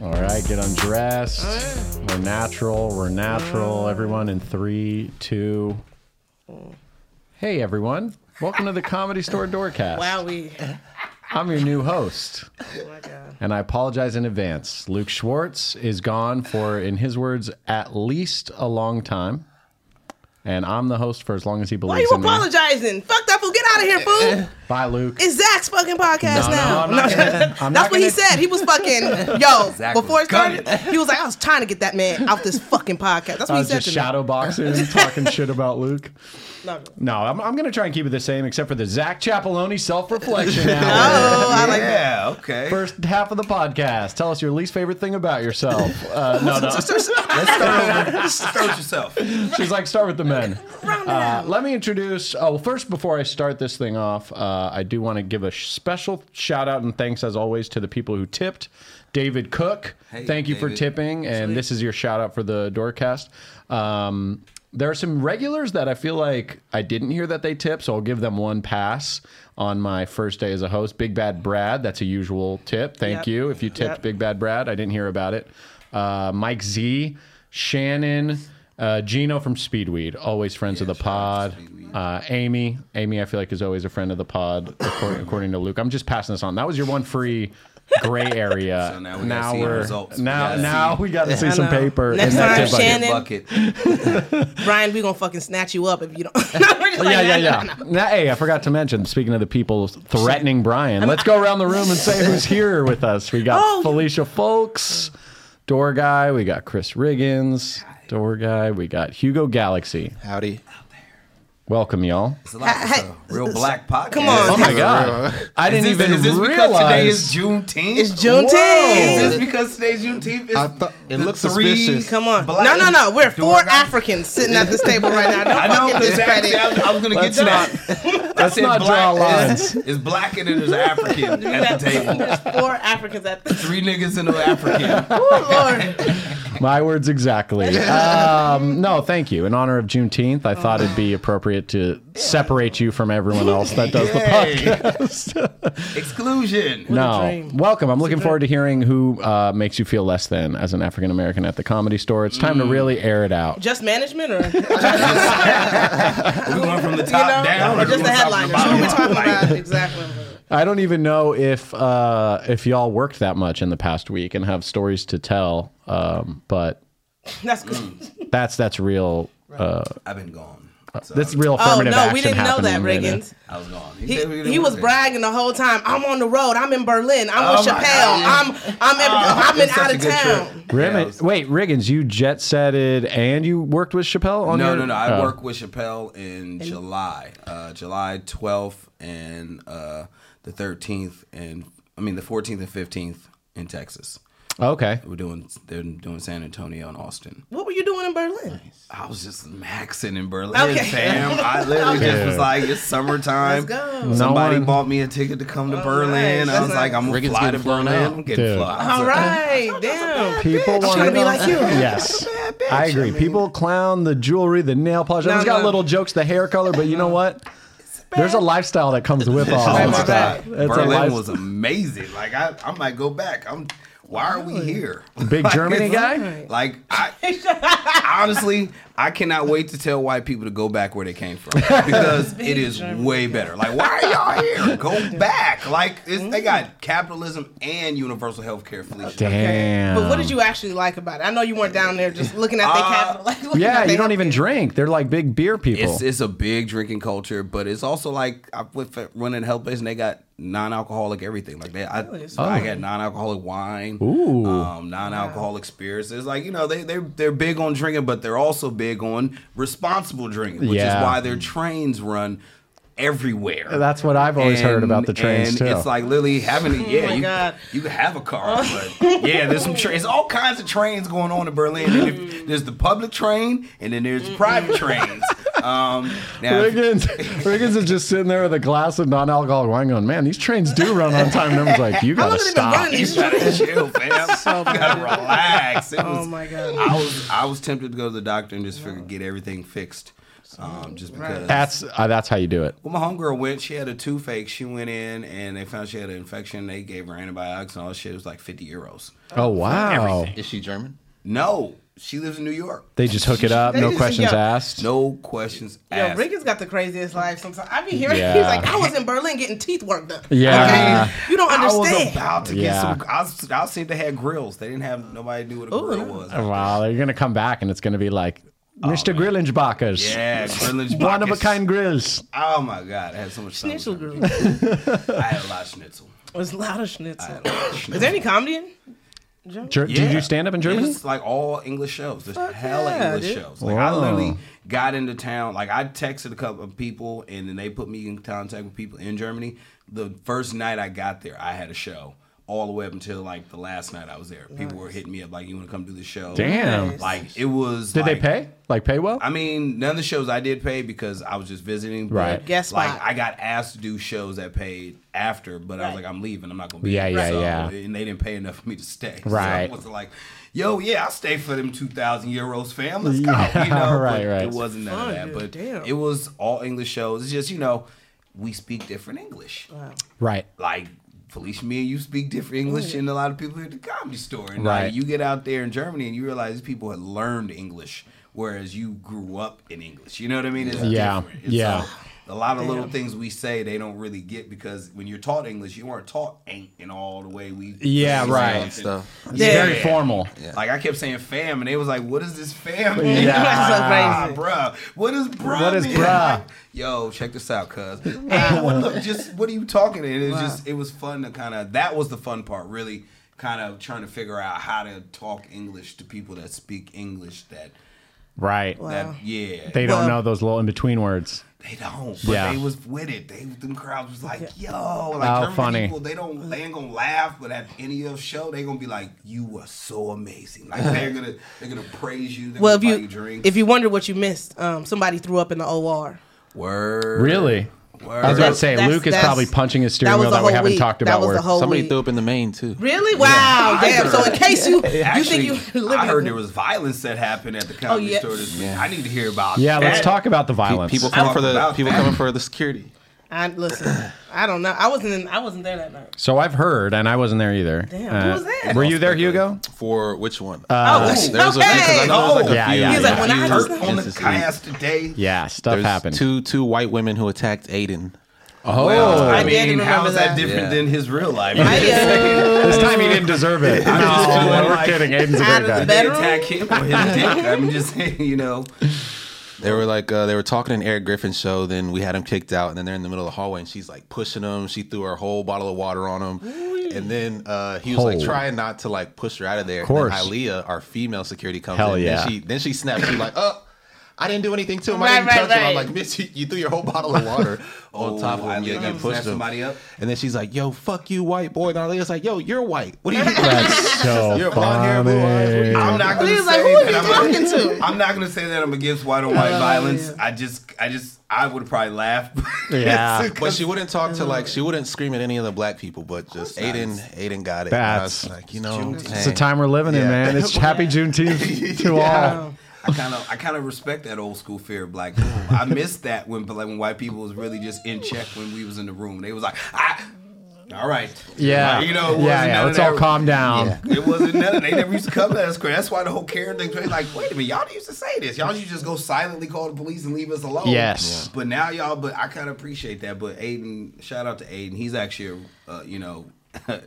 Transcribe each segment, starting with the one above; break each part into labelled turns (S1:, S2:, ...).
S1: right, get undressed. We're natural. We're natural.
S2: Mm.
S1: Everyone in three, two. Hey, everyone. Welcome to the Comedy Store Doorcast.
S2: Wow, we.
S1: I'm your new host.
S2: Oh my God.
S1: And I apologize in advance. Luke Schwartz is gone for, in his words, at least a long time. And I'm the host for as long as he
S2: Why
S1: believes
S2: you
S1: in me.
S2: apologizing? Fuck that fool. Get out of here, fool.
S1: Bye, Luke.
S2: It's Zach's fucking podcast
S1: Eh, no,
S2: now.
S1: I'm not gonna- I'm
S2: That's
S1: not
S2: what he
S1: gonna-
S2: said. He was fucking yo
S3: Zach
S2: before
S3: was
S2: it started. He was like, I was trying to get that man out this fucking podcast. That's what
S1: I
S2: he
S1: was
S2: said
S1: just
S2: to
S1: shadow boxing, talking shit about Luke.
S2: me. No,
S1: No, I'm, I'm going to try and keep it the same, except for the Zach Chapeloni self reflection hour.
S2: Oh, I like that.
S3: yeah, okay.
S1: First half of the podcast. Tell us your least favorite thing about yourself. Uh, no, no.
S3: Let's start over. Just start with yourself.
S1: She's like, start with the men.
S2: Round it
S1: Uh,
S2: out.
S1: let me introduce. Oh, well, first, before I start this thing off, uh, I do want to give a sh- special shout out and thanks, as always, to the people who tipped. David Cook,
S3: Hey,
S1: thank you for
S3: David.
S1: tipping, and this is your shout out for the doorcast. Um, there are some regulars that I feel like I didn't hear that they tip, so I'll give them one pass on my first day as a host. Big Bad Brad, that's a usual tip. Thank
S2: Yep.
S1: you. If you tipped
S2: Yep.
S1: Big Bad Brad, I didn't hear about it. Uh, Mike Z, Shannon, uh, Gino from Speedweed, always friends of the pod. Uh, Amy, Amy, I feel like is always a friend of the pod, according, according to Luke. I'm just passing this on. That was your one free gray area.
S3: So now we gotta see the results. We
S1: now
S3: gotta
S1: now we got to see
S2: I
S1: some
S2: know.
S1: paper.
S2: Next
S1: in that
S2: time,
S1: tip bucket.
S2: Shannon.
S3: Bucket.
S2: Brian, we gonna fucking snatch you up if you don't. We're just like,
S1: Oh, Yeah, yeah,
S2: no,
S1: yeah.
S2: no, no.
S1: Now, hey, I forgot to mention. Speaking of the people threatening Brian, let's go around the room and say who's here with us. We got
S2: Oh.
S1: Felicia Folks, door guy. We got Chris Riggins, door guy. We got Hugo Galaxy.
S4: Howdy.
S1: Welcome, y'all.
S3: It's a lot. It's a real black podcast.
S2: Come on.
S1: Oh my
S2: Is
S1: god, I
S3: Is
S1: didn't
S3: this,
S1: even
S3: is this because
S1: realize.
S3: today is Juneteenth?
S2: It's
S3: Is
S2: Juneteenth.
S3: this because today's Juneteenth? It's
S4: I thought- it
S3: the
S4: looks
S3: three
S4: suspicious.
S2: Come on.
S3: black-
S2: No, no, no. We're four
S3: Jordan-
S2: Africans sitting at this table right now. Don't
S3: I know,
S2: fucking
S3: exactly. I
S2: discredit.
S3: was, I was gonna
S1: Let's
S3: get to
S1: not-
S3: that.
S1: let's
S3: I said
S1: not draw lines.
S3: It's, it's black and then there's African at the table.
S2: There's four Africans at this.
S3: Three niggas and an African.
S2: Oh, Lord.
S1: My words exactly. Um, no, thank you. In honor of Juneteenth, I thought it'd be appropriate to separate you from everyone else that does the podcast.
S3: Exclusion.
S1: No,
S2: dream.
S1: welcome. I'm looking forward to hearing who uh, makes you feel less than as an African American at the comedy store. It's time to
S2: Mm.
S1: really air it out.
S2: Just management or
S3: Are we going from the top
S2: you know,
S3: down
S2: or
S3: are
S2: just
S3: we
S2: the
S3: going top to
S2: headliners. What
S3: bottom
S2: are we
S3: up?
S2: talking
S3: Like,
S2: about? Exactly.
S1: I don't even know if uh, if y'all worked that much in the past week and have stories to tell, um, but
S2: That's
S1: Mm.
S2: good.
S1: that's that's real. Uh,
S3: I've been gone. So
S1: this is real
S2: Oh
S1: affirmative
S2: no,
S1: action
S2: we didn't know that,
S1: happening right now.
S2: Riggins.
S3: I was gone.
S2: He,
S3: said we didn't
S2: he was
S3: work it.
S2: bragging the whole time. I'm on the road. I'm in Berlin. I'm
S3: Oh,
S2: with
S3: my
S2: Chappelle. I'm
S3: God. Oh,
S2: I'm every, I'm in
S3: It's such
S2: out
S3: a
S2: of
S3: good
S2: town.
S3: trip. Yeah,
S1: Riggins-
S3: it was-
S1: wait, Riggins, you jet setted and you worked with Chappelle on
S3: No,
S1: your-
S3: no, no. I
S1: Oh.
S3: work with Chappelle in July, uh, July 12th and uh, the 13th, and I mean the 14th and 15th in Texas.
S1: Okay,
S3: We're doing they're doing San Antonio and Austin.
S2: What were you doing in Berlin?
S3: I was just maxing in Berlin,
S2: Okay.
S3: fam. I literally just was like, it's summertime.
S2: Let's Oh,
S1: No
S3: Somebody
S1: one-
S3: bought me a ticket to come to
S2: All
S3: Berlin.
S2: right.
S3: I was like, I'm gonna
S4: Riggins
S3: fly to
S4: getting flown
S3: Berlin.
S4: out.
S3: I'm getting
S1: Dude.
S3: flown.
S2: All right, damn.
S1: people want
S2: trying to be like you.
S1: Yes, I agree. people clown the jewelry, the nail polish.
S2: No,
S1: Everyone's got
S2: no.
S1: little jokes, the hair color, but you know what? There's a lifestyle that comes with all
S3: Oh
S1: that
S3: my
S2: Right,
S1: stuff.
S3: god,
S2: right,
S1: It's a
S3: Berlin
S1: life-
S3: was amazing. Like I, I might go back. I'm. Why are we here?
S1: Big
S3: Like,
S1: Germany
S3: it's-
S1: guy?
S3: Like I, honestly, I cannot wait to tell white people to go back where they came from because it is way better. Like why are y'all here? Go back. Like it's, they got capitalism and universal health care. Felicia.
S1: Mm. Damn.
S2: But what did you actually like about it? I know you weren't down there just looking
S3: Uh,
S2: at the capital. Like, looking
S1: Yeah,
S2: at
S1: you
S2: they
S1: don't
S2: healthcare.
S1: even drink. They're like big beer people.
S3: It's, it's a big drinking culture, but it's also like I went for- running health base and they got non-alcoholic everything. Like they, I, I got non-alcoholic wine,
S1: Oh. Ooh.
S3: um, non-alcoholic spirits. It's like you know they they they're big on drinking, but they're also big on responsible drinking, which
S1: Yeah.
S3: is why their trains run everywhere.
S1: That's what I've always heard about the trains
S3: and
S1: too.
S3: It's like literally having a yeah,
S2: Oh my
S3: you,
S2: God. Oh.
S3: you can have a car, but yeah, there's some trains, all kinds of trains going on in Berlin. And
S2: Mm.
S3: if- there's the public train, and then there's private trains. Um, now, if-
S1: Riggins, Riggins is just sitting there with a glass of non-alcoholic wine, going, "Man, these trains do run on time." And everyone's like, "You gotta
S2: long have they been
S1: stop."
S2: running
S3: you
S2: these
S3: gotta chill, fam. you gotta relax. It was,
S2: Oh my god.
S3: I was I was tempted to go to the doctor and just figure, get everything fixed. Um, just because
S1: That's uh, that's how you do it.
S3: Well, my homegirl went. She had a toothache. She went in and they found she had an infection. They gave her antibiotics and all that shit. It was like 50 euros.
S1: Oh wow!
S4: Is she German?
S3: No, she lives in New York.
S1: They just hook it up,
S2: They
S1: no
S2: just-
S1: questions
S2: yeah.
S1: asked.
S3: No questions
S2: Yo,
S3: asked.
S2: Regan's got the craziest life. Sometimes I be hearing
S1: Yeah.
S2: he's like, I was in Berlin getting teeth work done.
S1: Yeah.
S2: okay? you don't
S3: I
S2: understand.
S3: was about to get
S1: Yeah.
S3: some. I, was, I seen they had grills. They didn't have nobody knew what a grill was.
S1: Oh, Wow, they're gonna come back and it's gonna be like Mr. Grillenbachers.
S3: Yeah, grillage
S1: One of a
S3: pockets.
S1: kind grills.
S3: Oh my god, I had so much fun. with
S2: Schnitzel
S3: her.
S2: group. It
S3: I had a lot of schnitzel.
S2: was loud as schnitzel.
S3: I had a lot of schnitzel.
S2: Is there any comedy in?
S1: Ger- Did you stand up in Germany?
S3: It's like all English shows. There's hella
S2: yeah,
S3: English
S2: dude.
S3: shows. Like I
S1: Wow.
S3: literally got into town. Like I texted a couple of people, and then they put me in contact with people in Germany. The first night I got there, I had a show all the way up until like the last night I was there. People were hitting me up like, "You want to come do the show?"
S1: Damn.
S3: Like it was.
S1: Did they
S3: like-
S1: pay? Like pay well?
S3: I mean, none of the shows I did pay because I was just visiting. But
S1: Right.
S2: Guest
S3: like
S2: spot.
S3: I got asked to do shows that paid after, but I was
S2: Right.
S3: like, I'm leaving. I'm not gonna be.
S1: Yeah,
S3: here.
S1: yeah,
S3: So,
S1: yeah.
S3: And they didn't pay enough for me to stay.
S1: Right.
S3: So I was like, Yo, yeah, I'll stay for them two thousand euros, fam. Let's go.
S1: Yeah,
S3: You know,
S1: right,
S3: but
S1: right.
S3: It wasn't none
S2: Oh,
S3: of that,
S2: dude,
S3: but
S2: damn.
S3: it was all English shows. It's just you know, we speak different English.
S1: right.
S3: Like. Felicia, me and you speak different English than a lot of people here at the comedy store. And
S1: Right.
S3: like, you get out there in Germany and you realize these people had learned English, whereas you grew up in English. You know what I mean? It's
S1: Yeah.
S3: different. And
S1: Yeah.
S3: so a lot of little things we say they don't really get because when you're taught English, you weren't taught ain't and all the way we
S1: Yeah,
S3: say
S1: right.
S3: something.
S4: Stuff.
S1: It's very formal.
S3: Like I kept saying fam, and they was like, "What is this fam?" mean?"
S1: Yeah.
S3: Nah, Ah, bruh. What is bruh?
S1: What is
S3: mean?
S1: bruh?
S3: Like, Yo, check this out, cuz. Ah, what, look, just what are you talking? And it was just, it was fun to kind of. That was the fun part, really. Kind of trying to figure out how to talk English to people that speak English. That
S1: Right.
S2: Wow.
S3: that yeah,
S1: They don't
S2: Well-
S1: know those little in between words.
S3: they don't. But
S1: Yeah.
S3: they was with it. They them crowds was like, yo, like
S1: How
S3: German
S1: funny.
S3: people, they don't they ain't gonna laugh, but at any of show, they gonna be like, You were so amazing. Like they're gonna they're gonna praise you, they're
S2: Well, if
S3: gonna buy
S2: you
S3: you drinks.
S2: if you wonder what you missed, um, somebody threw up in the OR.
S3: word
S1: Really?
S3: word.
S1: I was about to
S2: That's-
S1: say,
S2: that's-
S1: Luke is
S2: that's-
S1: probably punching his steering
S2: that was
S1: wheel
S2: the
S1: that we
S2: whole
S1: haven't
S2: week.
S1: talked
S2: That
S1: about.
S2: was
S1: where-
S2: the whole-
S4: Somebody
S2: Holy-
S4: threw up in the main too.
S2: Really? Wow. Damn. So in case you
S3: Actually,
S2: you think you
S3: I
S2: living
S3: heard there was violence that happened at the comedy
S2: Oh, yeah.
S3: store this week.
S4: Yeah.
S3: I need to hear about
S1: yeah, let's
S3: that.
S1: talk about the
S4: Pe-
S1: violence.
S4: People coming for the
S3: about
S4: people
S3: that.
S4: coming for the security.
S2: I listen. I don't know. I wasn't in, I wasn't there that night.
S1: so I've heard, and I wasn't there either.
S2: Damn,
S1: Uh,
S2: who was that?
S1: Were you there, Hugo?
S4: For which one?
S2: oh,
S3: okay.
S4: There's a, 'cause I know there's like a
S1: Yeah,
S4: few.
S1: yeah, He's like, yeah.
S2: when I
S4: few
S2: was-
S3: Dirt on the
S4: instances.
S3: Oh. cast today.
S1: Yeah, stuff
S4: There's
S1: happened.
S4: two two white women who attacked Aiden.
S1: oh,
S3: Well,
S2: I
S3: I
S2: did
S3: mean, how
S2: remember
S3: is that
S2: that.
S3: different
S4: Yeah.
S3: than his real life?
S2: I, uh,
S1: this time he didn't deserve it. no,
S3: just feeling
S1: we're
S3: like-
S1: kidding. Aiden's a
S2: Out
S1: great
S2: of the
S1: guy.
S2: bed-
S3: they
S2: Bedroom?
S3: attack him or his dick. I'm just saying, you know.
S4: They were like uh, they were talking in Eric Griffin's show. Then we had him kicked out, and then they're in the middle of the hallway, and she's like pushing him. She threw her whole bottle of water on him, and then uh, he was
S1: Whole.
S4: like trying not to like push her out of there.
S1: course.
S4: And then Aaliyah, our female security, comes
S1: Hell
S4: in.
S1: yeah.
S4: And she then she snaps. She's like, "Oh, I didn't do anything to him.
S2: Right,
S4: I didn't
S2: right,
S4: touch him."
S2: right.
S4: I'm like, "Miss, you, you threw your whole bottle of water on
S3: Oh,
S4: top of him.
S3: Aaliyah
S4: Yeah, you
S3: snapped
S4: pushed him."
S3: somebody up.
S4: And then she's like, "Yo, fuck you, white boy." And Aaliyah's like, "Yo, you're white. What do you?"
S1: That's so
S4: You're blonde hair, blue eyes, what do
S1: funny.
S4: you-
S3: I'm not gonna
S2: He
S3: say
S2: was like, "Who are you
S3: that I'm,
S2: talking Oh,
S3: I'm not gonna say that I'm against white on white violence. I just, I just, I would probably laugh.
S1: Yeah.
S4: But she wouldn't talk to like she wouldn't scream at any of the black people, but just Aiden, Aiden got it. And I
S1: That's-
S4: was like, you know,
S1: It's
S4: hey.
S1: the time we're living in,
S4: Yeah.
S1: man. It's happy Juneteenth to all.
S3: I kind of, I kind of respect that old school fear of black people. I missed that when, like, when white people was really just in check when we was in the room. They was like, I, all right,
S1: Yeah.
S3: Like, you know, it wasn't
S1: yeah, yeah.
S3: none of
S1: Let's all
S3: that-
S1: calm down.
S3: It wasn't nothing. They never used to come at us. Chris. That's why the whole Karen thing. They like, wait a minute, y'all used to say this. Y'all used to just go silently call the police and leave us alone.
S1: Yes. Yeah.
S3: But now y'all, but I kind of appreciate that. But Aiden, shout out to Aiden. He's actually, a, uh, you know,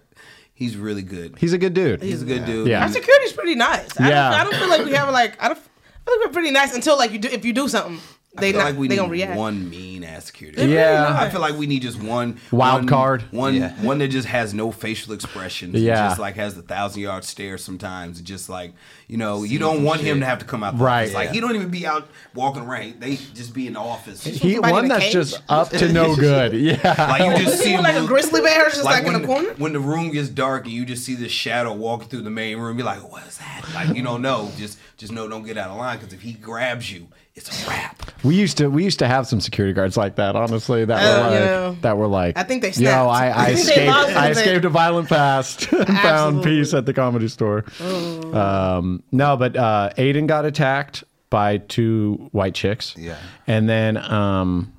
S3: he's really good.
S1: He's a good dude.
S3: He's a good dude.
S1: Yeah.
S2: our security's pretty nice. I,
S1: Yeah.
S2: don't, I don't feel like we have like I don't I feel like we're pretty nice until like you do if you do something
S3: I
S2: they
S3: feel
S2: not,
S3: like we
S2: they
S3: need
S2: gonna react.
S3: one mean ass security.
S2: They're really
S1: Yeah.
S3: I feel like we need just one
S1: Wild
S3: one-
S1: card.
S3: one
S4: Yeah.
S3: one that just has no facial expressions. and
S1: Yeah.
S3: just like has the thousand yard stare sometimes. and Just like you know, you don't want him to have to come out. the
S1: Right.
S3: office. Like
S1: Yeah.
S3: he don't even be out walking around. They just be in the office.
S1: He
S2: Somebody
S1: one
S2: in a
S1: that's
S2: cage?
S1: just up to no good. Yeah.
S3: like you just see
S2: See,
S3: him
S2: like a grizzly bear just like,
S3: when,
S2: in the corner.
S3: when the room gets dark and you just see this shadow walking through the main room, you're like, "What is that?" Like you don't know. Just, just know, don't get out of line because if he grabs you, it's a wrap.
S1: We used to we used to have some security guards like that. Honestly, that
S2: Oh,
S1: were like
S2: you know.
S1: that were like.
S2: I think they
S1: Yo,
S2: snapped.
S1: I, I
S2: I think they
S1: escaped.
S2: lost
S1: I
S2: it.
S1: escaped a violent past and found
S2: Absolutely. Oh.
S1: peace at the comedy store. Um, no, but uh, Aiden got attacked. by two white chicks.
S4: Yeah.
S1: And then um,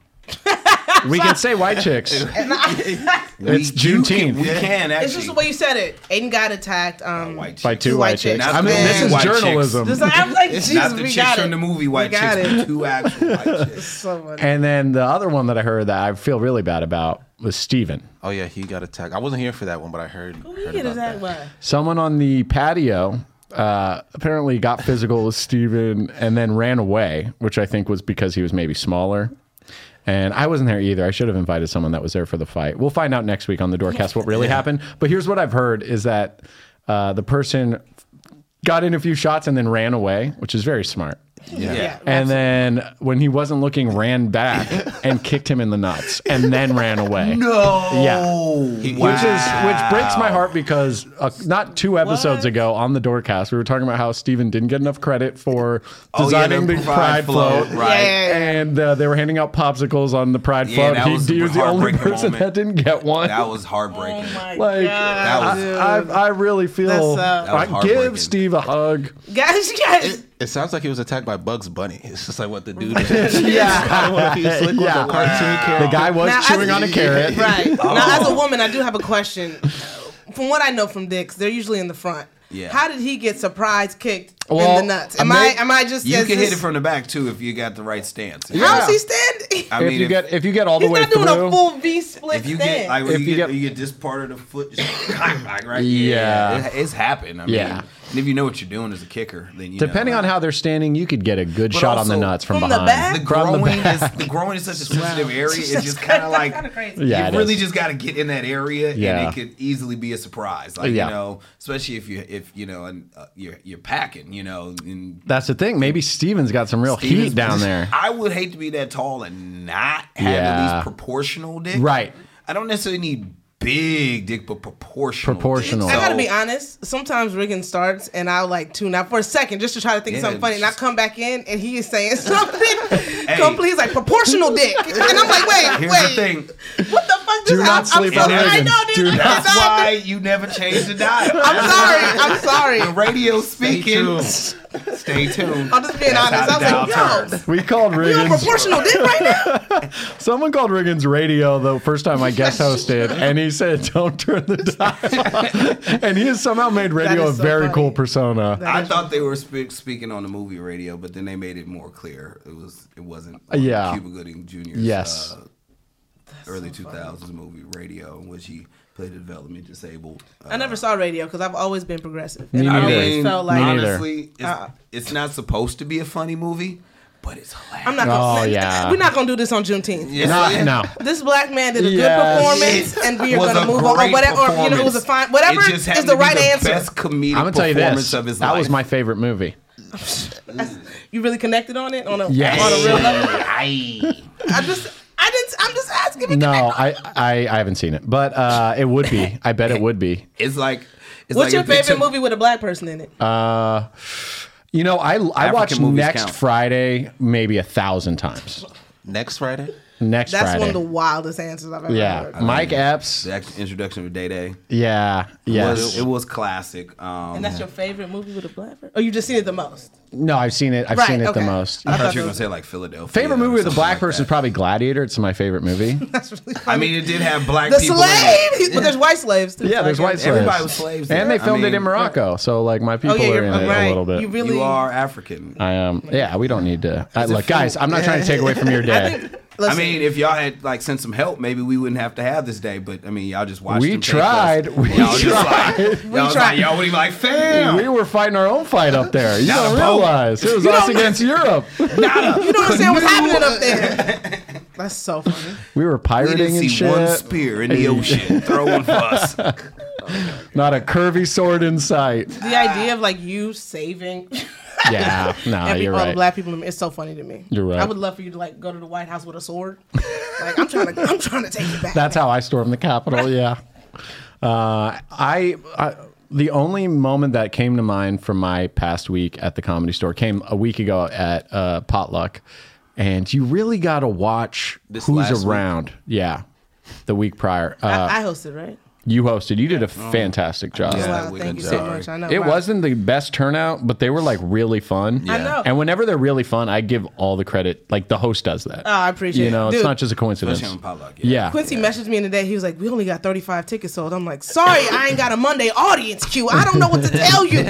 S1: we can say white chicks. it's
S3: you can-
S1: Juneteenth.
S3: we can actually.
S2: It's just the way you said it. Aiden got attacked. Um,
S3: White
S1: by
S3: chicks.
S1: two white
S2: White
S1: chicks.
S2: chicks.
S1: I mean, this
S2: Man.
S1: is
S3: White chicks.
S1: journalism.
S2: Just like, I'm like, Jesus,
S3: Not the
S2: we
S3: chicks
S2: got
S3: from
S2: it.
S3: the movie White
S2: we got
S3: Chicks,
S2: it.
S3: but two actual white chicks.
S2: So funny.
S1: And then the other one that I heard that I feel really bad about was Steven.
S4: Oh yeah, he got attacked. I wasn't here for that one, but I heard.
S2: We
S4: heard
S2: get
S4: about
S2: his
S4: that.
S2: that one.
S1: Someone on the patio uh, apparently got physical with Steven and then ran away, which I think was because he was maybe smaller. And I wasn't there either. I should have invited someone that was there for the fight. We'll find out next week on the Doorcast what really happened. But here's what I've heard is that uh, the person got in a few shots and then ran away, which is very smart.
S2: Yeah.
S1: And then when he wasn't looking, ran back and kicked him in the nuts and then ran away.
S3: No.
S1: Yeah.
S4: He-
S1: Which is which breaks my heart because uh, not two episodes
S2: What?
S1: ago on the Doorcast we were talking about how Steven didn't get enough credit for
S3: Oh, yeah,
S1: designing the
S3: pride
S1: Pride float,
S3: Right.
S2: Oh, Yeah.
S1: and uh, they were handing out popsicles on the Pride
S3: Yeah,
S1: float.
S3: that
S1: He,
S3: was
S1: he was the only
S3: heartbreaking
S1: person that
S3: moment.
S1: didn't get one.
S3: That was heartbreaking.
S2: Oh my
S1: like
S2: God.
S3: That was- uh,
S1: I, I, I really feel.
S2: That
S3: was
S1: I give
S3: heartbreaking.
S1: Steve a hug.
S2: Guys, you guys.
S4: It, it sounds like he was attacked by Bugs Bunny. It's just like what the dude. Is.
S1: Yeah.
S4: I don't know if he was slick
S1: Yeah.
S4: with a cartoon character.
S1: The guy was
S2: Now, as-
S1: chewing on a carrot.
S2: Right.
S3: Oh.
S2: Now, as a woman, I do have a question. From what I know from dicks, they're usually in the front.
S3: Yeah.
S2: How did he get surprise kicked
S1: Well,
S2: in the nuts? Am
S1: I
S2: I,
S1: may-
S2: am I just
S3: You
S2: is
S3: can hit
S2: this-
S3: it from the back too if you got the right stance.
S2: How is
S1: Yeah.
S2: he standing?
S3: I
S1: If
S3: mean,
S1: you
S3: if,
S1: get if you get all the
S2: He's
S1: way
S2: not
S1: through,
S2: doing a full V split
S3: if you
S2: stand.
S3: get like when
S1: If
S3: you,
S1: you
S3: get,
S1: get-
S3: you get this part of the foot, just like, right?
S1: Yeah.
S3: it- it's happened. I mean,
S1: Yeah.
S3: and if you know what you're doing as a kicker, then you
S1: Depending
S3: know,
S1: on how they're standing, you could get a good
S3: But
S1: shot on the
S3: also-
S1: nuts from,
S2: From the
S1: behind.
S2: back?
S3: the
S1: From the
S3: growing
S1: back.
S3: is the growing is such a sensitive area. It's just kind of like
S2: Kinda crazy.
S1: Yeah, it
S3: you really
S1: is.
S3: just got to get in that area,
S1: Yeah.
S3: and it could easily be a surprise. Like
S1: Yeah.
S3: you know, especially if you if you know and uh, you're you're packing, you know. And
S1: That's the thing. Maybe Steven's got some real
S3: Even
S1: heat
S3: if-
S1: down there.
S3: I would hate to be that tall and not have at
S1: Yeah.
S3: least proportional dick.
S1: Right.
S3: I don't necessarily need big dick, but proportional. dick.
S1: Proportional.
S2: I gotta
S3: So-
S2: be honest. Sometimes rigging starts and I'll like tune out for a second just to try to think of
S3: Yeah,
S2: something funny, and I
S3: just-
S2: come back in and he is saying something completely like proportional dick, and I'm like, wait,
S3: Here's
S2: wait,
S3: the thing.
S2: what the fuck?
S1: Do
S2: This-
S1: not
S2: I'm-
S1: sleep
S2: I'm
S1: on
S2: sorry. I
S1: rigging.
S2: know, dude.
S1: Do
S2: I'm
S1: not-
S3: That's
S2: sorry.
S3: why you never change the dial.
S2: I'm sorry. I'm sorry.
S3: The radio speaking.
S4: tuned.
S3: Stay tuned.
S2: I'm just being honest.
S3: That's how the
S2: I was
S3: dial
S2: like, yo,
S1: We called
S2: you on
S1: Riggins.
S2: proportional dick right now?
S1: Someone called Riggins radio the first time I guest hosted, and he said, "Don't turn the dial." on." and he has somehow made radio a
S2: is so
S1: very
S2: funny.
S1: cool persona.
S3: I thought they were spe- speaking on the movie radio, but then they made it more clear. It was it wasn't on
S1: Uh, Yeah.
S3: Cuba Gooding Jr.'s
S1: Yes.
S3: uh, early two thousands movie radio, in which he played a development disabled. Uh,
S2: I never saw radio because I've always been progressive,
S1: Me
S2: and I
S1: neither.
S2: always felt like Uh,
S1: Me neither.
S3: honestly, it's, it's not supposed to be a funny movie, but it's hilarious.
S2: I'm not. Gonna,
S1: Oh, yeah.
S2: We're not gonna do this on Juneteenth.
S1: Not, no.
S2: this black man did a
S1: Yes.
S2: good performance, and we are
S3: Was
S2: gonna
S3: a
S2: move on. Or
S3: great
S2: whatever, or, you know, it was a fine. Whatever
S3: It just
S2: is
S3: happened
S2: the
S3: to be
S2: right
S3: the
S2: answer.
S3: Best comedic
S1: I'm gonna tell you
S3: performance
S1: this.
S3: of his
S1: That
S3: life.
S1: was my favorite movie.
S2: You really connected on it on a
S1: Yes.
S2: on a real level.
S3: Aye.
S2: I just, I didn't. I'm just asking. because
S1: No,
S2: I-
S1: I, I, I haven't seen it, but uh, it would be. I bet it would be.
S3: It's like. It's
S2: What's
S3: like
S2: your
S3: if they
S2: favorite
S3: took-
S2: movie with a black person in it?
S1: Uh, you know, I I watch
S3: movies
S1: next
S3: count.
S1: Friday maybe a thousand times.
S4: Next Friday.
S1: Next
S2: That's
S1: Friday.
S2: one of the wildest answers I've ever
S1: yeah,
S2: heard.
S1: Mike Epps.
S3: The act- introduction of Day Day.
S1: Yeah,
S3: Was,
S1: yes.
S3: it was classic. Um,
S2: And that's your favorite movie with a black person? Or you just seen it the most?
S1: No, I've seen it. I've
S2: Right,
S1: seen it
S2: okay.
S1: the most.
S3: I
S2: thought
S3: thought you
S2: it
S3: were gonna
S2: was-
S3: say like Philadelphia.
S1: Favorite
S3: or
S1: movie with a
S3: Uh, something
S1: black
S3: like
S1: person is
S3: that.
S1: probably Gladiator. It's my favorite movie.
S2: That's really
S3: I
S2: funny.
S3: mean, it did have black
S2: the
S3: people. in it.
S2: slave, but there's white slaves too.
S1: yeah, there's white slaves.
S3: Everybody was slaves
S1: and they
S3: there.
S1: filmed
S3: I mean,
S1: it in Morocco. So like my people
S2: Oh yeah,
S1: are
S2: you're
S1: in
S2: right.
S1: it a little bit.
S2: You really
S3: You are African. I,
S1: I um, yeah, we don't need to. I, look,
S3: food?
S1: guys, I'm not trying to take away from your day.
S2: Listen,
S3: mean, if y'all had like sent some help, maybe we wouldn't have to have this day. But I mean, y'all just watched.
S1: We
S3: them take
S1: tried.
S3: us.
S1: We
S3: y'all just
S1: tried.
S3: Like, y'all was
S2: tried.
S3: Like, y'all would be like, fam.
S1: we were fighting our own fight up there. You
S3: Not
S1: don't
S3: a boat.
S1: realize it was us against Europe.
S2: you don't understand what's happening up there. That's so funny.
S1: We were
S3: We
S1: pirating
S3: didn't
S1: and
S3: see
S1: shit.
S3: one spear in the ocean thrown for us.
S1: Not a curvy sword in sight.
S2: The idea of like you saving
S1: Yeah, no,
S2: every
S1: Ah, you're
S2: all the
S1: right.
S2: black people in- it's so funny to me.
S1: You're right.
S2: I would love for you to like go to the White House with a sword. like I'm trying to, I'm trying to take it back.
S1: That's how I stormed the Capitol. Yeah. Uh, I, I the only moment that came to mind from my past week at the comedy store came a week ago at uh, potluck, and you really got to watch
S4: This
S1: who's
S4: last week?
S1: around. Yeah, the week prior. Uh,
S2: I, I hosted right.
S1: You hosted. You did a fantastic job.
S4: Yeah,
S2: Wow,
S4: we've
S2: thank you
S4: been
S2: so
S4: sorry.
S2: much. I know
S1: It
S2: wow.
S1: wasn't the best turnout, but they were like really fun.
S4: I Yeah.
S2: know.
S1: And whenever they're really fun, I give all the credit. Like the host does that.
S2: I appreciate
S1: You
S2: it.
S1: know, it's
S2: Dude.
S1: not just a coincidence.
S3: Especially on potluck, yeah.
S1: Yeah.
S2: Quincy messaged me in the day. He was like, "We only got 35 tickets sold." I'm like, "Sorry, I ain't got a Monday audience queue. I don't know what to tell you.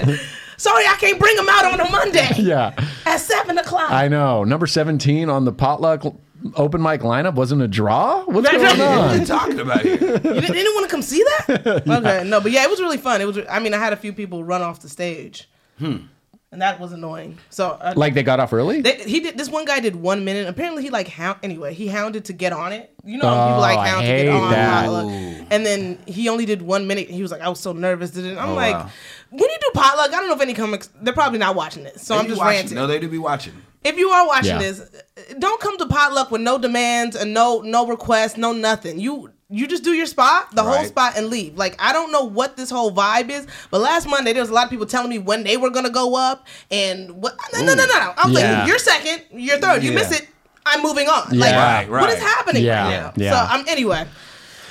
S2: Sorry, I can't bring them out on a Monday
S1: Yeah.
S2: at seven o'clock."
S1: I know. Number 17 on the potluck l- open mic lineup wasn't a draw? What's going
S3: What are you
S1: on?
S3: talking about here?
S2: you didn't, didn't want to come see that? Okay, no, but yeah, it was really fun. It was. I mean, I had a few people run off the stage, and that was annoying. So uh,
S1: Like they got off early?
S2: They, he did this one guy did one minute. Apparently he like hound anyway. He hounded to get on it. You know how
S1: Oh,
S2: people like
S1: I
S2: hound to get
S1: hate
S2: on.
S1: that.
S2: potluck. And then he only did one minute. He was like, I was so nervous. Did it? I'm
S1: Oh,
S2: like,
S4: wow.
S2: when you do potluck, I don't know if any comics. They're probably not watching this. So I'm
S3: They
S2: just
S3: watching.
S2: ranting.
S3: No, they do be watching.
S2: if you are watching
S1: Yeah.
S2: this, uh, don't come to potluck with no demands and no no requests, no nothing. You. You just do your spot, the whole
S3: Right.
S2: spot, and leave. Like I don't know what this whole vibe is, but last Monday there was a lot of people telling me when they were gonna go up and what. No, no, no, no. no. I'm
S1: Yeah.
S2: like, you're second, you're third. You
S3: Yeah.
S2: miss it, I'm moving on. Like,
S1: Yeah.
S3: Right,
S2: what is
S3: right.
S2: happening
S1: Yeah.
S2: right
S1: Yeah.
S2: now?
S1: Yeah.
S2: So I'm anyway.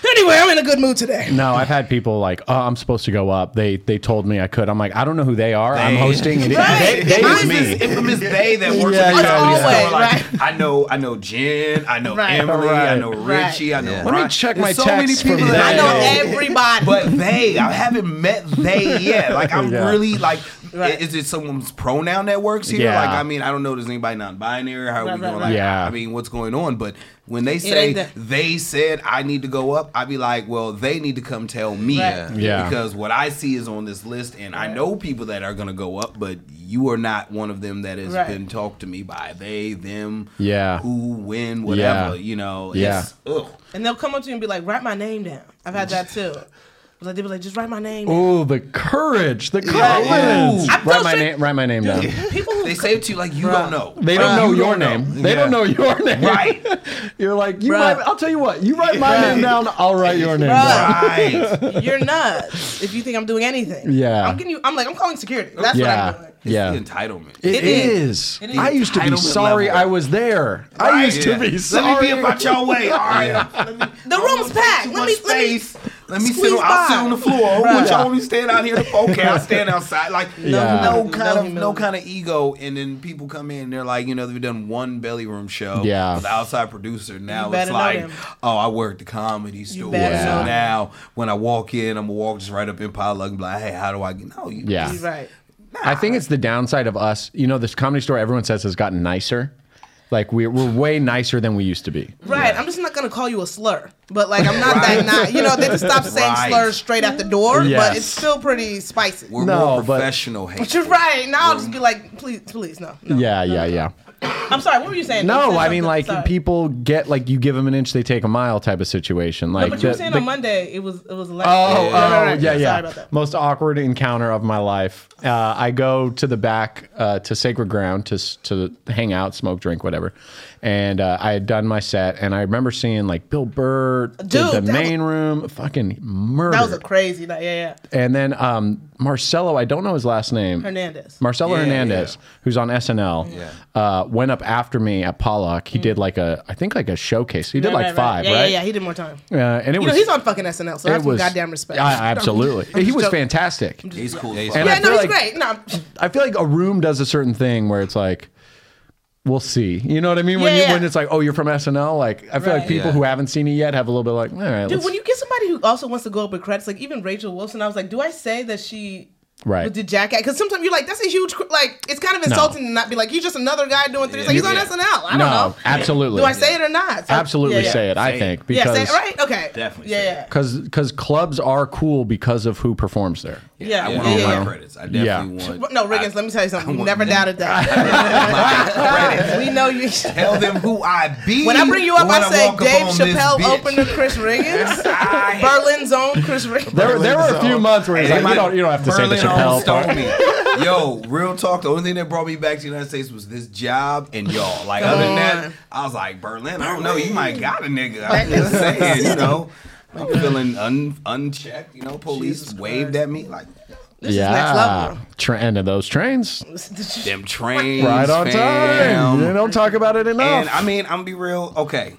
S2: Anyway, I'm in a good mood today.
S1: no, I've had people like, oh, I'm supposed to go up. They they told me I could. I'm like, I don't know who they are. I'm
S4: They-
S1: hosting. It,
S2: Right.
S1: They, they is
S2: Mine's
S1: me.
S3: This infamous they that works
S1: Yeah,
S3: at the
S1: yeah,
S3: comedy
S1: yeah.
S3: store.
S2: Always,
S3: Like, I know, I know Jen. I know
S2: Right.
S3: Emily. I
S1: Right.
S3: know
S2: Right.
S3: Richie. I know.
S4: Yeah.
S1: Let me
S3: Ryan.
S1: check
S3: There's
S1: my
S3: so many
S1: texts from
S3: people that
S2: I know
S1: Yeah.
S2: everybody.
S3: But they, I haven't met they yet. Like I'm
S1: Yeah.
S3: really like,
S2: Right.
S3: is it someone's pronoun that works here?
S1: Yeah.
S3: Like I mean, I don't know. Does anybody non-binary? How
S2: Right,
S3: are we
S2: right,
S3: going?
S2: right.
S3: Like,
S1: Yeah.
S3: I mean, what's going on? But when they
S2: ain't
S3: say
S2: that-
S3: they said I need to go up, i be like, well, they need to come tell me.
S2: Right.
S1: Yeah.
S3: Because what I see is on this list, and I know people that are gonna go up, but you are not one of them that has
S2: Right.
S3: been talked to me by they, them,
S1: Yeah.
S3: who, when, whatever.
S1: Yeah.
S3: You know.
S1: Yeah.
S3: It's, ugh.
S2: and they'll come up to you and be like, write my name down. I've had that too. Like they be like, just write my name. down.
S1: Oh, the courage, the courage.
S2: I'm so
S1: Write my
S2: sick-
S1: name. Write my name down.
S2: People who
S3: They say it to you like you
S2: Bruh.
S3: don't know.
S1: They don't
S3: Like,
S1: know
S3: you
S1: your
S3: don't
S1: name. They don't
S4: Yeah.
S1: know your name.
S3: Right.
S1: You're like, you
S2: Bruh.
S1: write, I'll tell you what. You write my name down. I'll write your name
S2: Bruh.
S1: down.
S3: Right.
S2: You're nuts. If you think I'm doing anything,
S1: Yeah.
S2: I'm getting you. I'm like, I'm calling security. That's what I'm
S1: Yeah.
S2: doing.
S1: Yeah.
S3: The entitlement.
S1: it
S2: It
S1: is.
S2: is. It is.
S1: I used to be
S3: Entitlement
S1: sorry
S3: level.
S1: I was there. I
S3: Right.
S1: used to
S3: Yeah.
S1: be sorry.
S3: Let me be about your way. All right.
S2: The room's packed. Let me, let me.
S3: space. Let me sit
S2: squeeze
S3: on, I'll sit
S2: by.
S3: on the floor.
S2: Right.
S3: Would y'all want me to stand out here? Okay, I'll stand outside. Like
S1: Yeah.
S3: no,
S2: humility,
S3: kind
S2: no
S3: of no
S2: humility.
S3: kind of ego. And then people come in and they're like, you know, they've done one belly room show
S1: Yeah.
S3: with an outside producer. Now it's
S2: better know
S3: like,
S2: them.
S3: oh, I work the comedy store.
S2: better
S1: know
S3: So
S1: them.
S3: now when I walk in, I'm gonna walk just right up in potluck and be like, hey, how do I get no you
S1: Yeah.
S2: You're Right.
S1: I think it's the downside of us. You know, this comedy store everyone says has gotten nicer. Like we're, we're way nicer than we used to be.
S2: Right. I'm just not gonna call you a slur, but like I'm not that not. You know, they just stop saying
S3: Right.
S2: slurs straight at the door,
S1: Yes.
S2: but it's still pretty spicy.
S3: We're
S1: No,
S3: more
S1: but-
S3: professional hateful.
S2: But you're right. Now I'll just be like, please, please, no. no.
S1: Yeah, yeah, yeah.
S2: I'm sorry. What were you saying? You
S1: No, I
S2: said
S1: mean
S2: something.
S1: like
S2: Sorry.
S1: people get like you give them an inch, they take a mile type of situation. Like
S2: No, but you were
S1: the-
S2: saying
S1: the-
S2: on Monday it was it was election.
S1: Oh,
S2: Right, right,
S1: oh,
S2: right.
S1: yeah, yeah.
S2: Sorry about that.
S1: Most awkward encounter of my life. Uh, I go to the back uh, to Sacred Ground to s- to hang out, smoke, drink, whatever. And uh, I had done my set, and I remember seeing like Bill Burr did
S2: Dude,
S1: the
S2: that
S1: main room, fucking murder.
S2: That was a crazy night. Yeah, yeah.
S1: and then um, Marcelo, I don't know his last name.
S2: Hernandez.
S1: Marcelo
S3: Yeah,
S1: Hernandez, who's on SNL, uh, went up after me at Pollock. He did like a, I think like a showcase. He did
S2: Mm. Right,
S1: like
S2: right, right.
S1: five,
S2: Yeah,
S1: right?
S2: yeah, yeah. He did more time.
S1: Uh, and it
S2: You
S1: was
S2: know, he's on fucking SNL, so
S1: it
S2: I have some
S1: was
S2: goddamn respect.
S1: I- I- absolutely, he was fantastic.
S3: He's cool.
S4: Yeah,
S3: as
S4: he's
S3: fuck.
S1: And
S2: Yeah,
S1: I
S2: no,
S1: feel
S2: he's
S1: like-
S2: great. No,
S1: I feel like a room does a certain thing where it's like, we'll see. You know what I mean? When
S2: Yeah,
S1: you
S2: yeah.
S1: when it's like, oh, you're from SNL. Like I feel like
S2: Right.
S1: people
S4: Yeah.
S1: who haven't seen it yet have a little bit like, all right,
S2: dude,
S1: let's-
S2: when you get somebody who also wants to go up with credits, like even Rachel Wilson, I was like, do I say that she?
S1: Right.
S2: Did Jack Because sometimes you're like, that's a huge, cr- like, it's kind of insulting to not be like, he's just another guy doing things. Like, he's on
S3: Yeah.
S2: SNL. I don't
S1: no,
S2: know.
S1: absolutely,
S2: Do I say it or not? So-
S1: absolutely
S2: yeah, yeah.
S1: say it. I
S3: Say it.
S1: think
S2: Yeah,
S1: because
S2: say it, right? Okay.
S3: Definitely
S2: Yeah,
S3: say
S2: yeah.
S1: Because clubs are cool because of who performs there.
S2: Yeah,
S3: I
S2: yeah,
S3: want all
S2: yeah,
S3: my
S2: yeah.
S3: credits. I definitely
S1: Yeah.
S3: want.
S2: No, Riggins, let me tell you something. We
S3: want
S2: never
S3: them.
S2: doubted that. we know you.
S3: Tell them who I be.
S2: When I bring you up,
S3: when
S2: I say
S3: walk up
S2: Dave
S3: on this
S2: Chappelle
S3: bitch.
S2: opened to Chris Riggins.
S3: I-
S2: Berlin's own Chris Riggins.
S1: There, there were a few months where he's
S3: Hey,
S1: like, you
S3: my-
S1: don't, you don't have to say the
S3: Berlin
S1: Chappelle
S3: almost
S1: part.
S3: stole me. Yo, real talk. The only thing that brought me back to the United States was this job and y'all. Like other than that,
S2: on.
S3: I was like Berlin. I don't know. You might got a nigga. I'm just saying. You know, I'm feeling un- unchecked. You know, police waved at me like
S2: This is next level.
S1: Tra- and those trains,
S3: them trains.
S1: right on
S3: fam.
S1: time. They don't talk about it enough.
S3: And I mean, I'm gonna be real. Okay,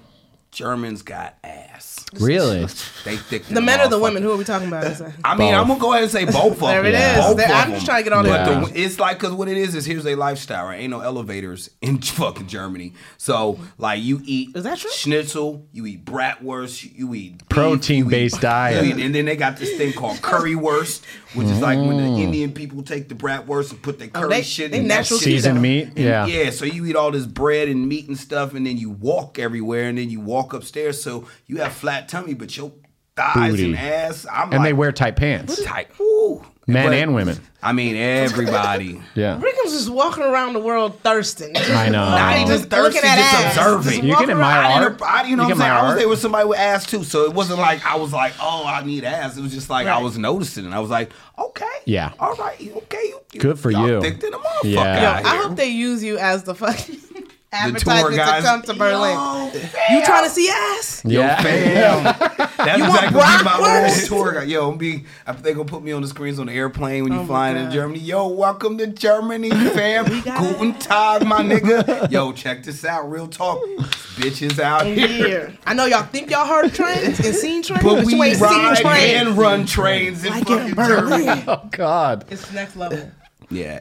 S3: Germans got ass.
S1: Really?
S3: They thick.
S2: The men or the women? Who are we talking about? It's like-
S3: I mean,
S1: Both.
S3: I'm gonna go ahead and say both of them.
S2: There it
S1: Yeah.
S2: is.
S3: Both
S2: There-
S3: of
S2: I'm just
S3: them.
S2: trying to get all
S1: Yeah.
S2: that.
S3: But the, it's like because what it is is here's their lifestyle, right? Ain't no elevators in fucking Germany. So like you eat
S2: Is that true?
S3: schnitzel, you eat bratwurst, you eat beef,
S1: Protein
S3: you
S1: based
S3: eat-
S1: diet.
S3: you eat- and then they got this thing called currywurst, which is like when
S1: Mm.
S3: the Indian people take the bratwurst and put their curry
S2: Oh, they-
S3: shit
S2: they
S3: in that
S2: natural
S3: shit.
S1: Seasoned
S2: keto.
S1: meat. Yeah.
S3: Yeah. so you eat all this bread and meat and stuff, and then you walk everywhere, and then you walk upstairs, so you have flat tummy, but your thighs
S1: Booty.
S3: and ass, I'm
S1: And
S3: like,
S1: they wear tight pants.
S3: tight. Ooh.
S1: Men
S3: But-
S1: and women.
S3: I mean, everybody.
S1: Yeah.
S2: Rickham's just walking around the world thirsting.
S1: I know.
S3: Not even
S2: Just
S3: thirsty,
S2: looking at ass.
S3: just
S2: Just
S3: observing.
S1: You
S2: walking
S1: can admire
S2: around.
S1: art.
S3: I didn't, I, you know
S1: You
S3: what I'm
S1: can
S3: saying?
S1: admire
S3: I was
S1: art.
S3: there with somebody with ass too, so it wasn't like I was like, oh, I need ass. It was just like I
S2: Right.
S3: was noticing, and I was like, okay,
S1: Yeah.
S3: all right, you- okay, you, you
S1: Good for
S3: y'all
S1: you.
S3: Thick than a motherfucker.
S1: Yeah.
S2: Yo,
S1: Yo,
S3: out
S2: I
S3: here.
S2: hope they use you as the fucking
S3: the tour
S2: advertisement to
S3: guys
S2: come to Berlin.
S3: Yo,
S2: You trying to see ass?
S1: Yeah.
S3: Bam. That's
S2: You want
S3: exactly what my
S2: bratwurst?
S3: little tour guide. Yo, I'm be, I think they're gonna put me on the screens on the airplane when you
S2: Oh my
S3: flying in
S2: God.
S3: Germany. Yo, welcome to Germany, fam.
S2: got
S3: Guten Tag, my nigga. Yo, check this out. Real talk, bitches out here.
S2: Yeah. I know y'all think y'all heard of trains and seen trains, but,
S3: But we
S2: you ain't seen
S3: ride
S2: trains.
S3: and run trains in
S2: Like in
S3: fucking Germany.
S2: Berlin.
S1: Oh God.
S2: It's next level.
S3: Yeah,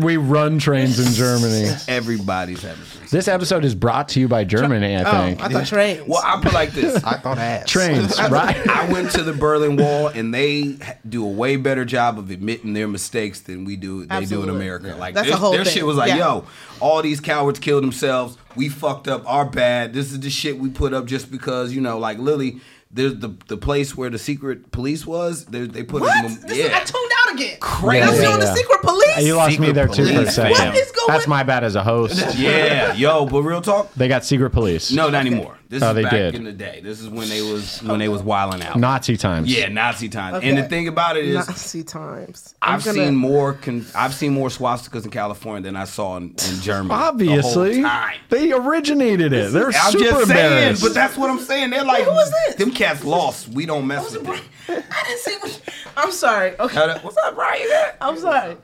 S1: We run trains in Germany.
S3: everybody's having. This.
S1: This episode is brought to you by Germany, I
S2: Oh, I
S1: think.
S2: thought trains.
S3: Well, I put it like this.
S4: I thought ass.
S1: Trains, right?
S3: I went to the Berlin Wall, and they do a way better job of admitting their mistakes than we do. They do
S2: Absolutely.
S3: in America. Like
S2: That's
S3: their,
S2: a whole
S3: their
S2: thing.
S3: shit was like,
S2: Yeah.
S3: "Yo, all these cowards killed themselves. We fucked up. Our bad. This is the shit we put up just because you know, like Lily." There's the the place where the secret police was. They, they put
S2: what?
S3: Them,
S2: This is, I
S3: yeah.
S2: tuned out again.
S3: Crazy.
S2: Now we
S1: Yeah,
S2: on the
S1: yeah.
S2: secret police.
S1: You lost me
S4: Secret
S1: there too for a
S4: police,
S1: second.
S2: What is going-
S1: That's my bad as a host.
S3: yeah, yo, but real talk.
S1: They got secret police.
S3: No, not anymore. This
S1: Oh,
S3: is
S1: they
S3: back
S1: did.
S3: in the day. This is when they was when they was wilding out.
S1: Nazi times.
S3: yeah, Nazi times.
S2: Okay.
S3: And the thing about it is,
S2: Nazi times. I'm
S3: I've
S2: gonna-
S3: seen more. Con- I've seen more swastikas in California than I saw in, in Germany. the whole
S1: Obviously,
S3: time.
S1: they originated it. They're
S3: I'm
S1: super
S3: just saying,
S1: embarrassed.
S3: but that's what I'm saying. They're like,
S2: Who was this?
S3: Them cats lost. We don't mess with them.
S2: I didn't see what. I'm sorry. Okay.
S3: Now that- What's up, Ryan? That-
S2: I'm sorry.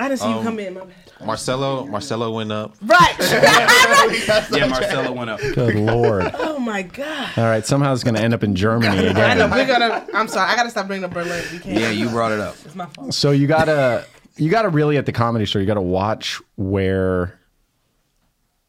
S2: I didn't see
S1: Um,
S2: you come in. My bad.
S4: Marcelo, Marcelo went up.
S2: Oh, Right.
S3: Yeah, Marcelo went up.
S1: Good lord!
S2: oh my god.
S1: All right, somehow it's going to end up in Germany
S2: I know
S1: again.
S2: we're gonna. I'm sorry. I gotta stop bringing up Berlin. We can't.
S3: Yeah, you brought it up.
S2: It's my fault.
S1: So you gotta, you gotta really at the comedy show, you gotta watch where,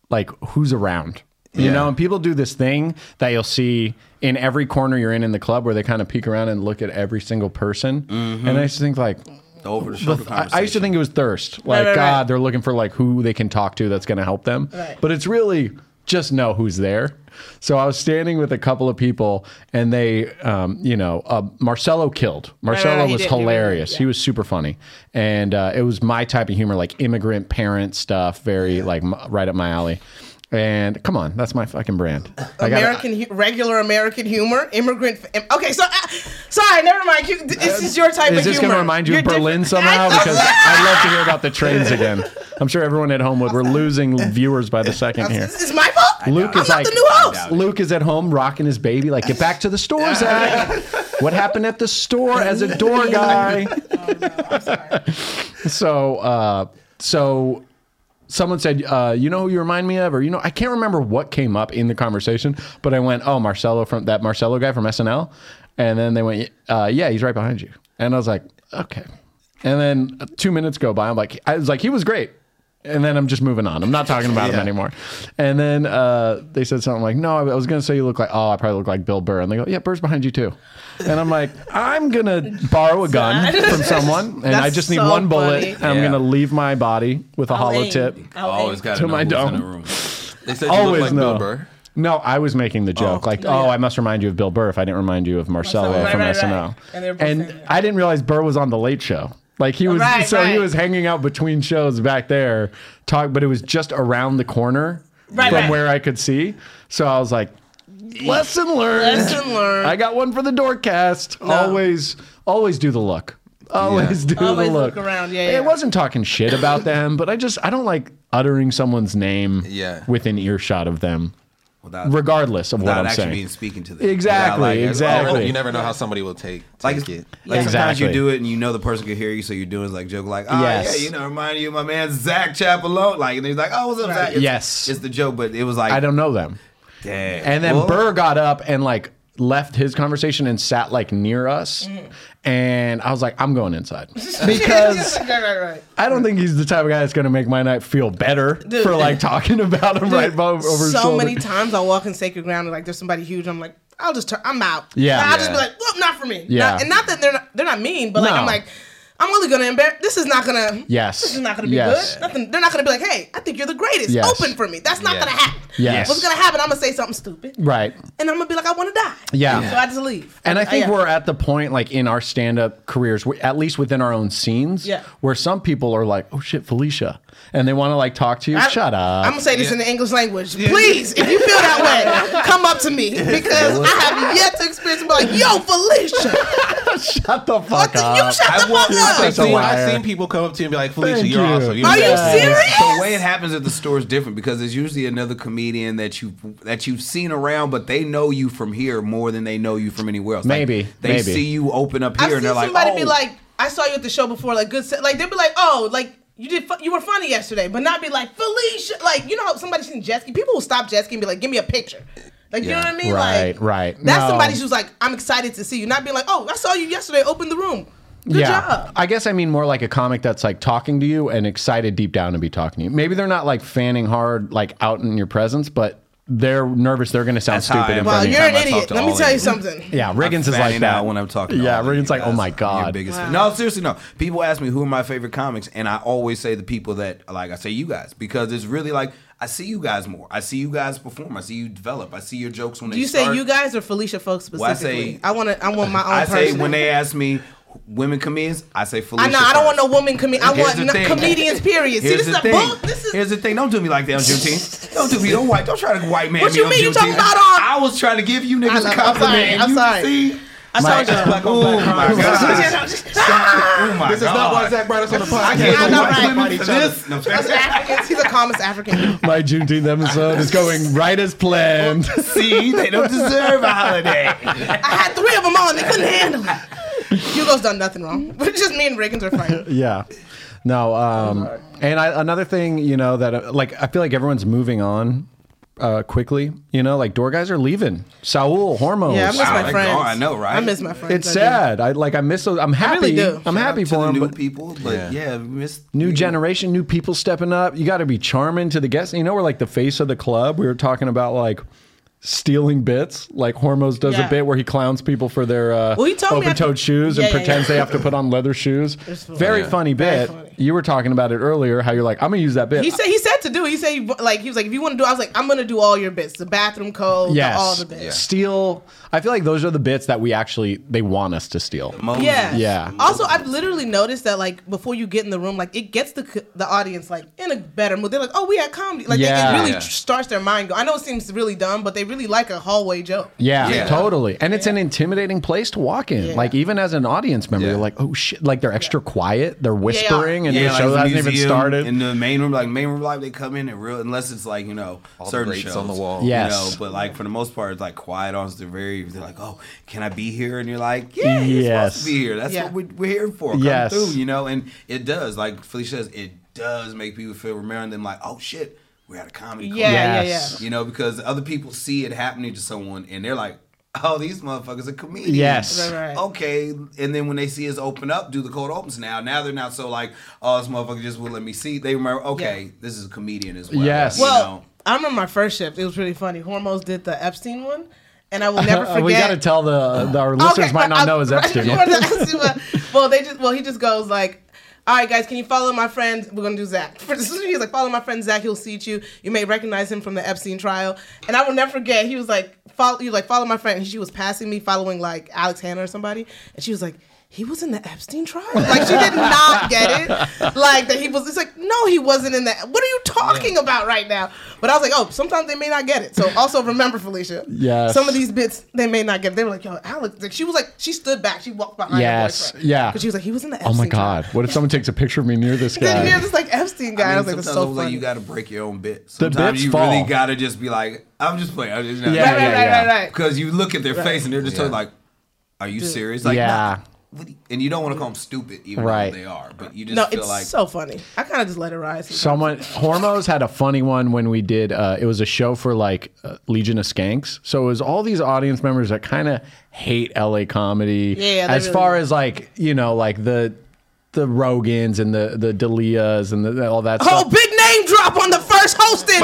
S1: like, who's around. You
S4: Yeah.
S1: know, and people do this thing that you'll see in every corner you're in in the club, where they kind of peek around and look at every single person. And I just think like,
S3: The over the shoulder
S1: I,
S3: conversation.
S1: I used to think it was thirst. Like,
S2: right, right.
S1: God, they're looking for like who they can talk to that's going to help them.
S2: Right.
S1: But it's really just know who's there. So I was standing with a couple of people, and they, um, you know, uh, Marcelo killed. Marcelo
S2: right, he
S1: was
S2: did, he really did,
S1: hilarious. He,
S2: yeah.
S1: was super funny, and uh, it was my type of humor, like immigrant parent stuff, very like m- right up my alley. And come on, that's my fucking brand. I gotta-
S2: American, hu- regular American humor, immigrant. f- im- Okay, so uh, sorry, never mind. You, th- this is your type
S1: Uh, Is
S2: of humor.
S1: this going to remind you
S2: You're
S1: of Berlin
S2: different.
S1: somehow?
S2: I know.
S1: Because I'd love to hear about the trains again. I'm sure everyone at home would. We're losing viewers by the second here.
S2: this is my fault.
S1: Luke
S2: I'm
S1: is
S2: not
S1: like
S2: the new host.
S1: Luke is at home rocking his baby. Like, get back to the store, Zach. What happened at the store as a door guy?
S2: Oh,
S1: So, uh, so someone said, uh, you know who you remind me of, or you know, I can't remember what came up in the conversation, but I went, oh, Marcelo from that Marcelo guy from SNL, and then they went, uh, yeah, he's right behind you, and I was like, okay, and then uh, two minutes go by, I'm like, I was like, he was great. And then I'm just moving on. I'm not talking about him anymore. And then uh, they said something like, "No, I I was going to say you look like oh, I probably look like Bill Burr." And they go, "Yeah, Burr's behind you too." And I'm like, "I'm gonna borrow a gun from someone, and I
S2: That's
S1: just need
S2: so
S1: one bullet.
S2: funny.
S1: And I'm
S3: Yeah.
S1: gonna leave my body with a hollow
S2: aim.
S1: tip.
S2: I'll
S3: always
S2: aim.
S3: got
S1: To
S3: to
S1: my
S3: my dome. In
S1: dome.
S3: the room.
S4: They said you
S1: Always
S4: look like
S1: no.
S4: Bill Burr.
S1: No, I was making the joke like, oh, I must remind you of Bill Burr if I didn't remind you of Marcelo
S2: Marcelo, right,
S1: from
S2: right, right.
S1: SNL.
S2: And they were both
S1: And,
S2: saying that.
S1: I didn't realize Burr was on the Late Show. Like he was,
S2: Right,
S1: so he
S2: right.
S1: was hanging out between shows back there, talk, but it was just around the corner
S2: Right,
S1: from
S2: right.
S1: where I could see. So I was like, lesson learned.
S2: Lesson learned.
S1: I got one for the doorcast. Always, always do the look. Always do
S2: Always
S1: the look.
S2: look around, yeah,
S1: It
S2: yeah.
S1: wasn't talking shit about them, but I just I don't like uttering someone's name
S4: Yeah.
S1: within earshot of them,
S3: Without,
S1: regardless of what
S3: without
S1: I'm
S3: actually
S1: saying.
S3: being speaking to them.
S1: Exactly,
S3: Without, like, Oh,
S1: exactly.
S4: You never know how somebody will take,
S3: Like,
S4: take
S3: it's-
S4: it.
S3: like sometimes
S1: Exactly.
S3: you do it and you know the person can hear you, so you're doing like joke, like, ah,
S1: Yes.
S3: yeah, you know, remind you of my man Zach Chapalone. Like, and he's like, oh, what's up, Zach? It's,
S1: Yes.
S3: It's the joke, but it was like,
S1: I don't know them.
S3: damn.
S1: And then
S3: Well,
S1: Burr got up and like left his conversation and sat like near us,
S2: Mm-hmm.
S1: and I was like, I'm going inside because
S2: right, right, right.
S1: I don't think he's the type of guy that's going to make my night feel better
S2: Dude.
S1: for like talking about him right bo- over his
S2: so
S1: shoulder.
S2: many times I walk in sacred ground and like there's somebody huge. I'm like, I'll just turn. I'm out.
S1: Yeah.
S2: I'll just be
S4: Yeah.
S2: like, well, not for me.
S1: Yeah.
S2: Not- and not that they're not, they're not mean, but like
S1: No.
S2: I'm like, I'm only gonna embarrass. This is not gonna.
S1: Yes.
S2: This is not gonna be
S1: Yes.
S2: good. Nothing. They're not gonna be like, hey, I think you're the greatest.
S1: Yes.
S2: Open for me. That's not
S4: Yeah.
S2: gonna happen.
S1: Yes.
S2: What's gonna happen? I'm gonna say something stupid,
S1: Right.
S2: and I'm gonna be like, I want to die.
S1: Yeah.
S2: So I just leave.
S1: And I think
S2: yeah.
S1: we're at the point, like in our stand-up careers, we- at least within our own scenes,
S2: Yeah.
S1: where some people are like, "Oh shit, Felicia," and they want to like talk to you.
S2: I-
S1: Shut up.
S2: I'm gonna say this in the English language. Please, if you feel that way, come up to me because I have yet to experience. Be like, yo, Felicia,
S1: shut the
S2: what
S1: fuck
S2: the,
S1: up.
S2: you shut the
S4: I've, walked,
S2: fuck
S4: I've,
S2: up.
S1: Such a
S4: seen, I've
S1: liar.
S4: seen people come up to you and be like, Felicia,
S1: Thank
S4: you're
S1: you.
S4: awesome. You're
S2: Are you
S1: Yeah.
S2: serious?
S3: The way it happens at the store is different because it's usually another comedian that you that you've seen around, but they know you from here more than they know you from anywhere else. Like,
S1: Maybe,
S3: they
S1: maybe.
S3: see you open up here
S2: I've
S3: and
S2: seen
S3: they're like,
S2: somebody
S3: oh,
S2: be like, I saw you at the show before, like good, set. like they'd be like, oh, like you did, fu- you were funny yesterday, but not be like Felicia, like you know how somebody seen jet ski, people will stop jet ski and be like, give me a picture. Like you know what
S4: Yeah.
S2: I mean?
S1: Right,
S2: like,
S1: right.
S2: That's
S1: No.
S2: somebody who's like, I'm excited to see you, not being like, oh, I saw you yesterday, open the room, good job.
S1: I guess I mean more like a comic that's like talking to you and excited deep down to be talking to you. Maybe they're not like fanning hard, like out in your presence, but they're nervous. They're going to sound
S3: That's how I
S1: stupid in
S3: am.
S2: Wow,
S1: front of you.
S2: you're an
S3: Anytime I talk
S2: idiot.
S3: to
S2: Let me
S3: all
S2: tell you
S3: of you.
S2: something.
S1: Yeah, Riggins is like
S3: fanning
S1: that.
S3: out when I'm talking. to
S1: Yeah,
S3: all of you
S1: Reagan's like,
S3: guys.
S1: oh my
S3: Your
S1: god.
S3: biggest fan. No, seriously, no. People ask me who are my favorite comics, and I always say the people that like. I say you guys because it's really like I see you guys more. I see you guys perform. I see you develop. I see your jokes when
S2: Do
S3: they.
S2: you say
S3: start.
S2: you guys or Felicia folks
S3: I
S2: specifically?
S3: say-
S2: I want to. I want my own.
S3: I say
S2: person.
S3: when they ask me women comedians, I say Felicia.
S2: I know. I don't want
S3: first.
S2: no woman comedian. I
S3: Here's
S2: want
S3: the
S2: no-
S3: thing.
S2: comedians. Period. See,
S3: Here's
S2: this is
S3: the
S2: a
S3: thing.
S2: book. This is
S3: Here's the thing. Don't do me like that on Juneteenth. Don't do me. Don't white. Don't try to white man
S2: What
S3: me
S2: you
S3: on
S2: mean you
S3: Juneteenth.
S2: talking about uh, on-
S3: I was trying to give you niggas
S2: know.
S3: a
S2: I'm
S3: compliment.
S2: sorry.
S3: and
S2: I'm
S3: you
S2: sorry.
S3: See,
S2: I
S3: my,
S2: told you.
S3: Black on black crime. Oh my God. Oh my
S4: This is not why Zach brought us on the podcast.
S3: I can't
S2: I know,
S3: white
S2: right?
S3: women for this. No, I'm
S2: Us
S3: sorry.
S2: Africans. He's the calmest African.
S1: My Juneteenth episode is going right as planned.
S3: See, they don't deserve a holiday.
S2: I had three of them on. They couldn't handle it. Hugo's done nothing wrong. But just me and Riggins are fighting.
S1: yeah. No. Um, and I, another thing, you know, that uh, like I feel like everyone's moving on uh, quickly. You know, like door guys are leaving. Saul hormones.
S2: Yeah, I miss
S3: Oh, Wow,
S2: my
S3: they
S2: friends.
S3: gone, I know, right?
S2: I miss my friends.
S1: it's
S2: I do.
S1: sad. I like. I miss those. I'm happy.
S2: really do.
S1: I'm happy
S3: To
S1: for
S3: the
S1: them.
S3: new
S1: But
S3: people, but yeah, miss
S1: new generation, new people stepping up. You got to be charming to the guests. You know, we're like the face of the club. We were talking about like stealing bits. Like Hormos does
S2: Yeah.
S1: a bit where he clowns people for their uh,
S2: Well, he told me I
S1: open-toed
S2: could-
S1: shoes
S2: Yeah,
S1: and
S2: yeah,
S1: pretends
S2: yeah.
S1: they have to put on leather shoes.
S2: funny.
S1: Very
S4: Yeah.
S1: funny bit.
S2: funny.
S1: You were talking about it earlier. How you're like, I'm gonna use that bit.
S2: He said he said to do. He said he, like he was like if you want to do. I was like I'm gonna do all your bits. The bathroom code.
S1: yes,
S2: The, all the bits.
S1: steal. I feel like those are the bits that we actually they want us to steal.
S3: Moses.
S2: Yeah.
S1: Yeah.
S2: Also, I've literally noticed that like before you get in the room, like it gets the c- the audience like in a better mood. They're like, oh, we had comedy. Like
S1: Yeah.
S2: it, it really
S3: Yeah.
S2: tr- starts their mind. Go. I know it seems really dumb, but they really like a hallway joke.
S1: Yeah,
S3: Yeah.
S1: totally. And it's an intimidating place to walk in.
S2: Yeah.
S1: Like even as an audience member,
S3: Yeah.
S1: you're like, oh shit! Like they're extra quiet. They're whispering, and
S3: yeah,
S1: the
S3: like
S1: show
S3: the
S1: hasn't even
S3: museum
S1: started.
S3: In the main room, like main room live, they come in and real unless it's like you know
S4: the
S3: certain
S4: grates
S3: shows
S4: on the wall.
S1: Yes.
S3: You know, but like for the most part, it's like quiet on. They're very. They're like, oh, can I be here? And you're like, yeah, you're
S1: Yes.
S3: supposed to be here. That's
S2: Yeah.
S3: what we're, we're here for. Come
S1: Yes.
S3: through, you know. And it does, like Felicia says, it does make people feel remembering them. Like, oh shit, we're at a comedy. club.
S2: Yeah, yeah,
S1: Yes.
S2: yeah.
S3: You know, because other people see it happening to someone and they're like, oh, these motherfuckers are comedians.
S1: Yes.
S2: Right, right.
S3: Okay. And then when they see us open up, do the cold opens now. Now they're not so like, oh, this motherfucker just will let me see. They remember, okay,
S2: Yeah.
S3: this is a comedian as well.
S1: Yes.
S3: You
S2: Well,
S3: know?
S2: I remember my first shift. It was really funny. Hormones did the Epstein one, and I will never forget.
S1: Uh, we got to tell the, the our
S2: Okay,
S1: listeners might
S2: but
S1: not
S2: I-
S1: know is Epstein.
S2: Right, Epstein, but- well, they just well he just goes like. All right, guys, can you follow my friend? We're gonna do Zach. He's like, follow my friend Zach. He'll seat you. You may recognize him from the Epstein trial. And I will never forget. He was like, follow. He was like, follow my friend. And she was passing me, following like Alex Hannah or somebody. And she was like, he was in the Epstein trial. Like she did not get it. Like that he was. It's like, no, he wasn't in that. What are you talking about right now? But I was like, oh, sometimes they may not get it. So also remember, Felicia.
S1: Yes.
S2: Some of these bits they may not get. They were like, yo, Alex. Like, she was like, she stood back. She walked behind.
S1: Yes,
S2: Yes.
S1: yeah.
S2: Because she was like, he was in the.
S1: Oh
S2: Epstein
S1: my god!
S2: Trial.
S1: What if someone takes a picture of me near this
S2: Then here's
S1: guy?
S2: this like Epstein guy. I,
S3: I mean,
S2: was like, that's
S3: sometimes
S2: so
S3: I was
S2: funny.
S3: like, you got to break your own bit. Sometimes
S1: bits
S3: you
S1: fall.
S3: really got to just be like, I'm just playing. I'm just not.
S1: Yeah,
S2: right,
S1: yeah,
S2: right,
S1: yeah.
S2: right, right, right.
S3: Because you look at their face and they're just totally like, are you serious? Like,
S1: yeah,
S3: what do you- and you don't want to call them stupid, even
S1: Right.
S3: though they are. But you just
S2: No,
S3: feel
S2: it's
S3: like
S2: so funny. I kind of just let it ride.
S1: Someone Hormos had a funny one when we did. Uh, it was a show for like uh, Legion of Skanks, so it was all these audience members that kind of hate LA comedy.
S2: Yeah, they
S1: as
S2: really
S1: far
S2: do.
S1: as like you know, like the the Rogans and the the Delias and the, all that
S2: Oh,
S1: stuff.
S2: big name drop on the first hosting.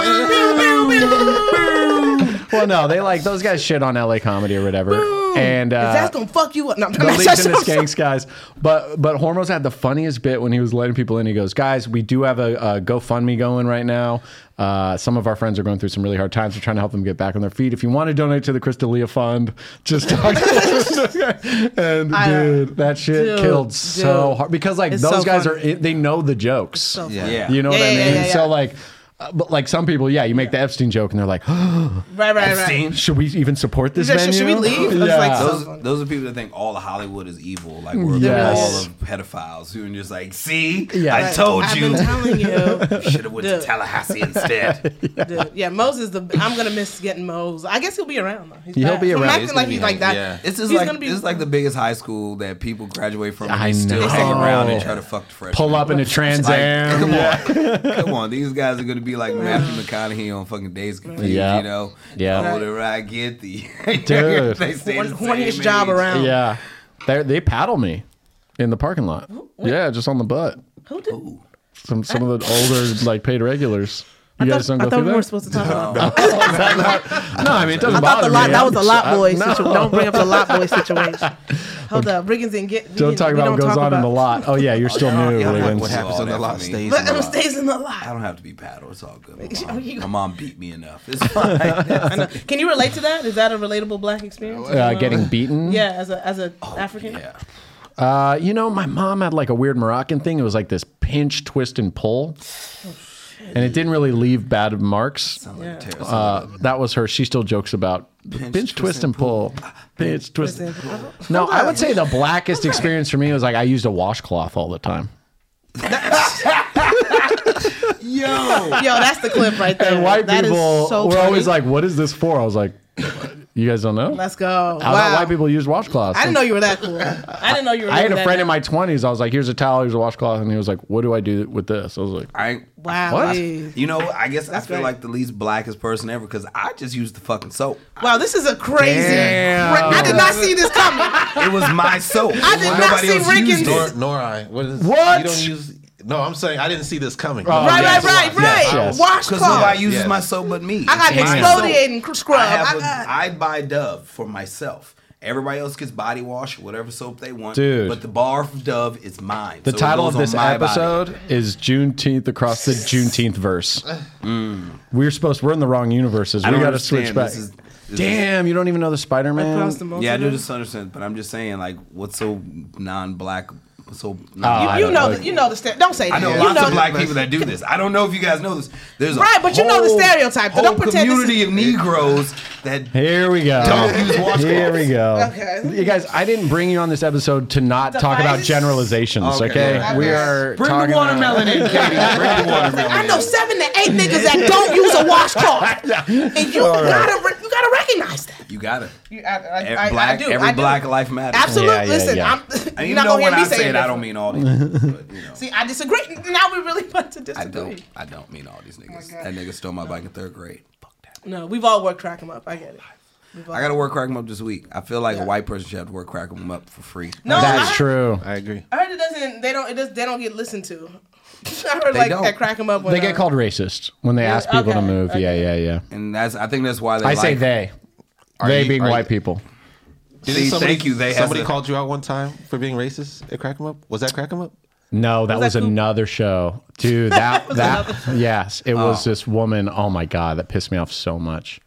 S1: Well, no, they like those guys shit on LA comedy or whatever, and uh,
S2: that's gonna fuck you up. No, I'm
S1: the
S2: not-
S1: Legion of Skanks guys. But but Hormos had the funniest bit when he was letting people in. He goes, guys, we do have a, a GoFundMe going right now. Uh, some of our friends are going through some really hard times. We're trying to help them get back on their feet. If you want to donate to the Crystalia Fund, just talk to And
S2: I-
S1: dude, that shit
S2: dude,
S1: killed so
S2: dude.
S1: hard because like
S2: It's
S1: those
S2: so
S1: guys
S2: funny.
S1: are in- they know the jokes.
S2: so
S4: Yeah.
S3: yeah,
S1: You know
S2: Yeah,
S1: what I
S2: yeah,
S1: mean?
S2: yeah, yeah,
S1: So
S2: yeah.
S1: like. uh, But like some people, yeah, you make the Epstein joke and they're like,
S2: Right, right, right.
S3: Epstein.
S1: "Should we even support this
S2: Should-
S1: venue?
S2: should we leave? It's
S1: Yeah.
S2: like so-
S3: Those,
S2: funny.
S3: those are people that think all of Hollywood is evil, like we're
S1: Yes.
S3: all of pedophiles who are just like, see,
S1: Yeah.
S3: I
S1: Right.
S3: told
S2: I've
S3: you,
S2: been telling you.
S3: should have went to
S2: Dude.
S3: Tallahassee instead.
S2: Dude, yeah, Mo's is the. I'm gonna miss getting Mo's. I guess he'll be around though. He's
S1: He'll
S2: back.
S1: be
S2: From
S1: around.
S2: acting
S4: He's gonna
S2: like
S4: be
S2: he's like that.
S4: hanging, yeah.
S3: It's just
S2: He's
S3: like
S2: gonna be-
S3: it's like the biggest high school that people graduate from.
S1: I
S3: and they still
S1: know.
S3: hang around and
S1: Oh.
S3: try to fuck the freshmen.
S1: Pull up in a Trans
S3: Like,
S1: Am.
S3: come on, come on. These guys are gonna be like Matthew McConaughey on fucking Days Confused.
S1: Yeah.
S3: You know,
S1: Yeah.
S3: The older I get, the
S1: Dude.
S3: they stay
S2: Horn-
S3: the
S2: horniest
S3: same
S2: job
S3: age.
S2: around.
S1: Yeah. They they paddle me in the parking lot. Yeah, just on the butt.
S2: Who did?
S1: Some some of the older like paid regulars. You
S2: I
S1: guys
S2: thought,
S1: don't
S2: I
S1: go
S2: thought
S1: through
S2: we were
S1: that.
S2: supposed to talk about. that.
S1: no, I mean it doesn't
S2: I thought
S1: bother
S2: the lot.
S1: me.
S2: That was a lot
S1: I-
S2: boy
S1: no.
S2: situation. Don't bring up the lot boy situation. Hold up, Riggins didn't get. we
S1: Don't
S2: didn't-
S1: talk
S2: we
S1: about what
S2: don't
S1: goes
S2: talk
S1: on in the
S2: about-
S1: lot. Oh yeah, you're still new,
S4: Yeah, what,
S1: Riggins.
S4: what happens on the lot stays. in
S2: Let
S4: the
S2: him
S4: lot.
S2: stays in the
S3: I
S2: lot.
S3: don't have to be paddled. It's all good. My
S2: Oh, you-
S3: mom, my mom beat me enough. It's fine.
S2: I know. Can you relate to that? Is that a relatable black experience?
S1: Uh, getting beaten.
S2: Yeah, as a as a
S1: Oh,
S2: African.
S3: yeah.
S1: Uh, you know, my mom had like a weird Moroccan thing. It was like this pinch, twist, and
S2: Oh,
S1: pull, and it didn't really leave bad marks.
S3: Sounds like
S2: Yeah.
S3: a terrorist.
S1: Uh, that was her. She still jokes about pinch, twist, and pull. Pinch, twist.
S2: Listen, I-
S1: No, I would say the blackest experience for me was like I used a washcloth all the time.
S3: Yo,
S2: Yo, that's the clip right there.
S1: And white
S2: That is
S1: people
S2: so
S1: were
S2: funny.
S1: always like, "What is this for?" I was like, "You guys don't know?
S2: "Let's go."
S1: I thought
S2: wow.
S1: white people use washcloths."
S2: I didn't know you were that cool. I didn't know you were.
S1: I had
S2: really
S1: a
S2: that
S1: friend in
S2: down.
S1: my twenties. I was like, "Here's a towel. Here's a washcloth," and he was like, "What do I do with this?" I was like,
S3: I.
S2: Wow.
S1: What?
S2: dude.
S3: You know, I guess I feel
S2: great.
S3: like the least blackest person ever because I just used the fucking soap.
S2: Wow, this is a crazy.
S1: Damn.
S2: Cra- I did not see this coming.
S1: Oh,
S3: It was my soap.
S2: I did not see
S3: else
S2: Rick
S3: used
S2: and-
S3: it.
S4: Nor, nor I. What Oh, is
S1: What?
S4: You don't use. No, I'm saying I didn't see this coming.
S2: Right,
S1: yes.
S2: right, right, right.
S1: Yes, yes.
S3: Because
S2: Washcloth.
S3: nobody
S4: Yeah,
S3: uses
S4: yeah.
S3: my soap but me.
S2: I got
S3: It's my
S2: exfoliating cr-
S3: soap.
S2: scrub.
S3: I,
S2: I
S3: have a-
S2: got-
S3: I buy Dove for myself. Everybody else gets body wash, whatever soap they want.
S1: Dude.
S3: But the bar of Dove is mine.
S1: The
S3: So it
S1: title
S3: goes
S1: of
S3: on
S1: this
S3: my body.
S1: episode is Juneteenth across the Juneteenth verse. We're supposed we're in the wrong universes. We
S3: don't
S1: got to
S3: understand.
S1: switch back.
S3: This is- this
S1: Damn, you don't even know the Spider Man.
S2: Across the
S3: Yeah, I do
S2: multitude.
S3: this understand, but I'm just saying, like, what's so non-black? What's so?
S1: Oh, I
S2: You
S1: don't
S2: know,
S1: know.
S2: the, you know the st- Don't say that.
S3: I know
S2: you
S3: lots
S2: know
S3: of black
S2: the-
S3: people that do this. I don't know if you guys know this. There's a
S2: Right, but you know the
S3: whole-
S2: stereotype, so
S3: Whole
S2: don't pretend this
S3: community of Negroes that
S1: Here we go.
S3: Don't use washcloths.
S1: Here we go.
S2: Okay.
S1: You guys, I didn't bring you on this episode to not talk about
S2: Device.
S1: generalizations, okay?
S3: Okay.
S2: Okay.
S1: We are
S3: bring
S1: talking
S3: the
S1: about-
S3: watermelon in, Katie. Bring the watermelon.
S2: I know
S3: in.
S2: seven to eight niggas that don't use a washcloth, and you gotta re- you gotta recognize that.
S3: You gotta.
S2: You, I, I,
S3: Every
S2: I,
S3: black,
S2: I do.
S3: every
S2: I do.
S3: black life matters.
S2: Absolutely.
S1: Yeah, yeah,
S2: Listen,
S1: yeah.
S2: I'm
S3: And
S2: you're
S3: even
S2: not
S3: though
S2: gonna hear
S3: when
S2: me
S3: I
S2: saying
S3: say it, I
S2: that.
S3: don't mean all these. niggas, But, you know,
S2: See, I disagree. Now we really want to disagree.
S3: I don't. I don't mean all these niggas.
S2: Oh God.
S3: that nigga stole my bike in third grade. Fuck that.
S2: No, we've all worked crack 'em up. I get it. We've all-
S3: I gotta work crack 'em up this week. I feel like a white person should have to work crack 'em up for free.
S2: No, I
S1: That's
S2: heard-
S1: true.
S4: I agree.
S2: I heard it doesn't. They don't. It does. They don't get listened to. I heard
S3: They
S2: like
S3: don't.
S2: at crack 'em up. When,
S1: They get
S2: uh,
S1: called racist when they ask people to
S2: okay,
S1: move. Yeah, yeah, yeah.
S3: and that's. I think that's why they.
S1: I
S3: like,
S1: say they.
S4: Are
S1: they
S4: you-
S1: being
S4: are you-
S1: white people.
S4: Did
S3: See,
S4: somebody,
S3: thank you, they has
S4: somebody
S3: a-
S4: called you out one time for being racist at Crack 'em Up. Was that Crack 'em Up?
S1: No, that was,
S2: that Coop?
S1: another show, dude. That that yes, it was this woman. Oh my god, that pissed me off so much.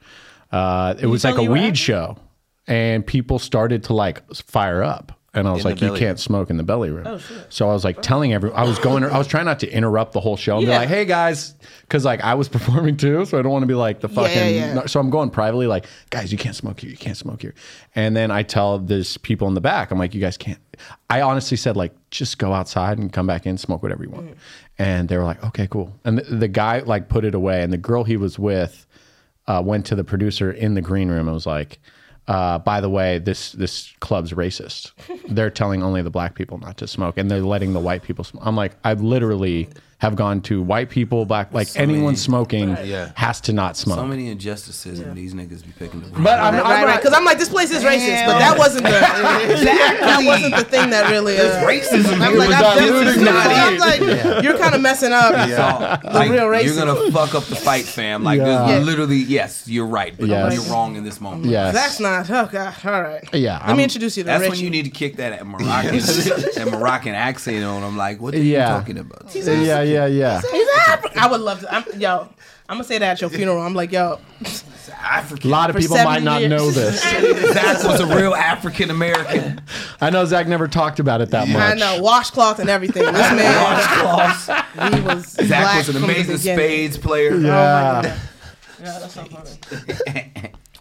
S1: Uh, it was like
S2: tell
S1: a
S2: me what
S1: weed
S2: happened?
S1: show, and people started to like fire up, and I was
S4: In the
S1: like, you
S4: belly
S1: can't
S4: room.
S1: smoke in the belly room. So I was like telling everyone, I was going, I was trying not to interrupt the whole show and be
S2: Yeah.
S1: like, hey guys, because like I was performing too, so I don't want to be like the fucking.
S2: yeah.
S1: no- so I'm going privately, like, guys, you can't smoke here. You can't smoke here. And then I tell this people in the back, I'm like, you guys can't. I honestly said, like, just go outside and come back in, smoke whatever you want. And they were like, okay, cool. And the, the guy like put it away, and the girl he was with uh, went to the producer in the green room and was like, uh, by the way, this this club's racist. They're telling only the black people not to smoke, and they're letting the white people smoke. I'm like, I literally have gone to white people, black, like anyone smoking
S4: Yeah.
S1: has to not smoke.
S3: So many injustices and these niggas be picking the
S1: but I'm, I'm
S2: Right, right,
S1: not-
S2: right. Because I'm like, this place is racist, but that wasn't the that wasn't the thing that really. Uh,
S3: racism.
S2: I'm
S3: here
S2: like,
S3: was
S2: I've done
S3: diluted
S2: this
S3: and
S2: before. I'm like, you're kind of messing up.
S3: Yeah. Like,
S2: real
S3: You're
S2: racism.
S3: gonna fuck up the fight, fam. Like
S1: Yeah.
S3: there's literally yes, you're right, but
S1: Yes.
S3: you're wrong in this moment.
S1: Yes.
S2: That's not. Oh God. All right.
S1: Yeah,
S2: Let
S1: I'm-
S2: me introduce you to
S3: That's
S2: Richie.
S3: when you need to kick that Moroccan that Moroccan accent on. I'm like, what are
S1: Yeah.
S3: you talking about?
S1: yeah, yeah, yeah.
S2: He's Afri- I would love to. I'm, yo, I'm gonna say that at your funeral. I'm like, yo,
S1: A
S3: African.
S1: lot of
S2: For
S1: people might
S2: 70
S1: not
S2: years.
S1: know this.
S3: Zach was a real African American.
S1: I know Zach never talked about it that much.
S2: I know washcloth and everything. This man,
S3: Washcloths.
S2: he was black
S3: Zach was an
S2: from the
S3: amazing Uh,
S2: beginning.
S3: spades
S2: Oh
S3: player.
S1: Yeah,
S2: Yeah, that's so funny.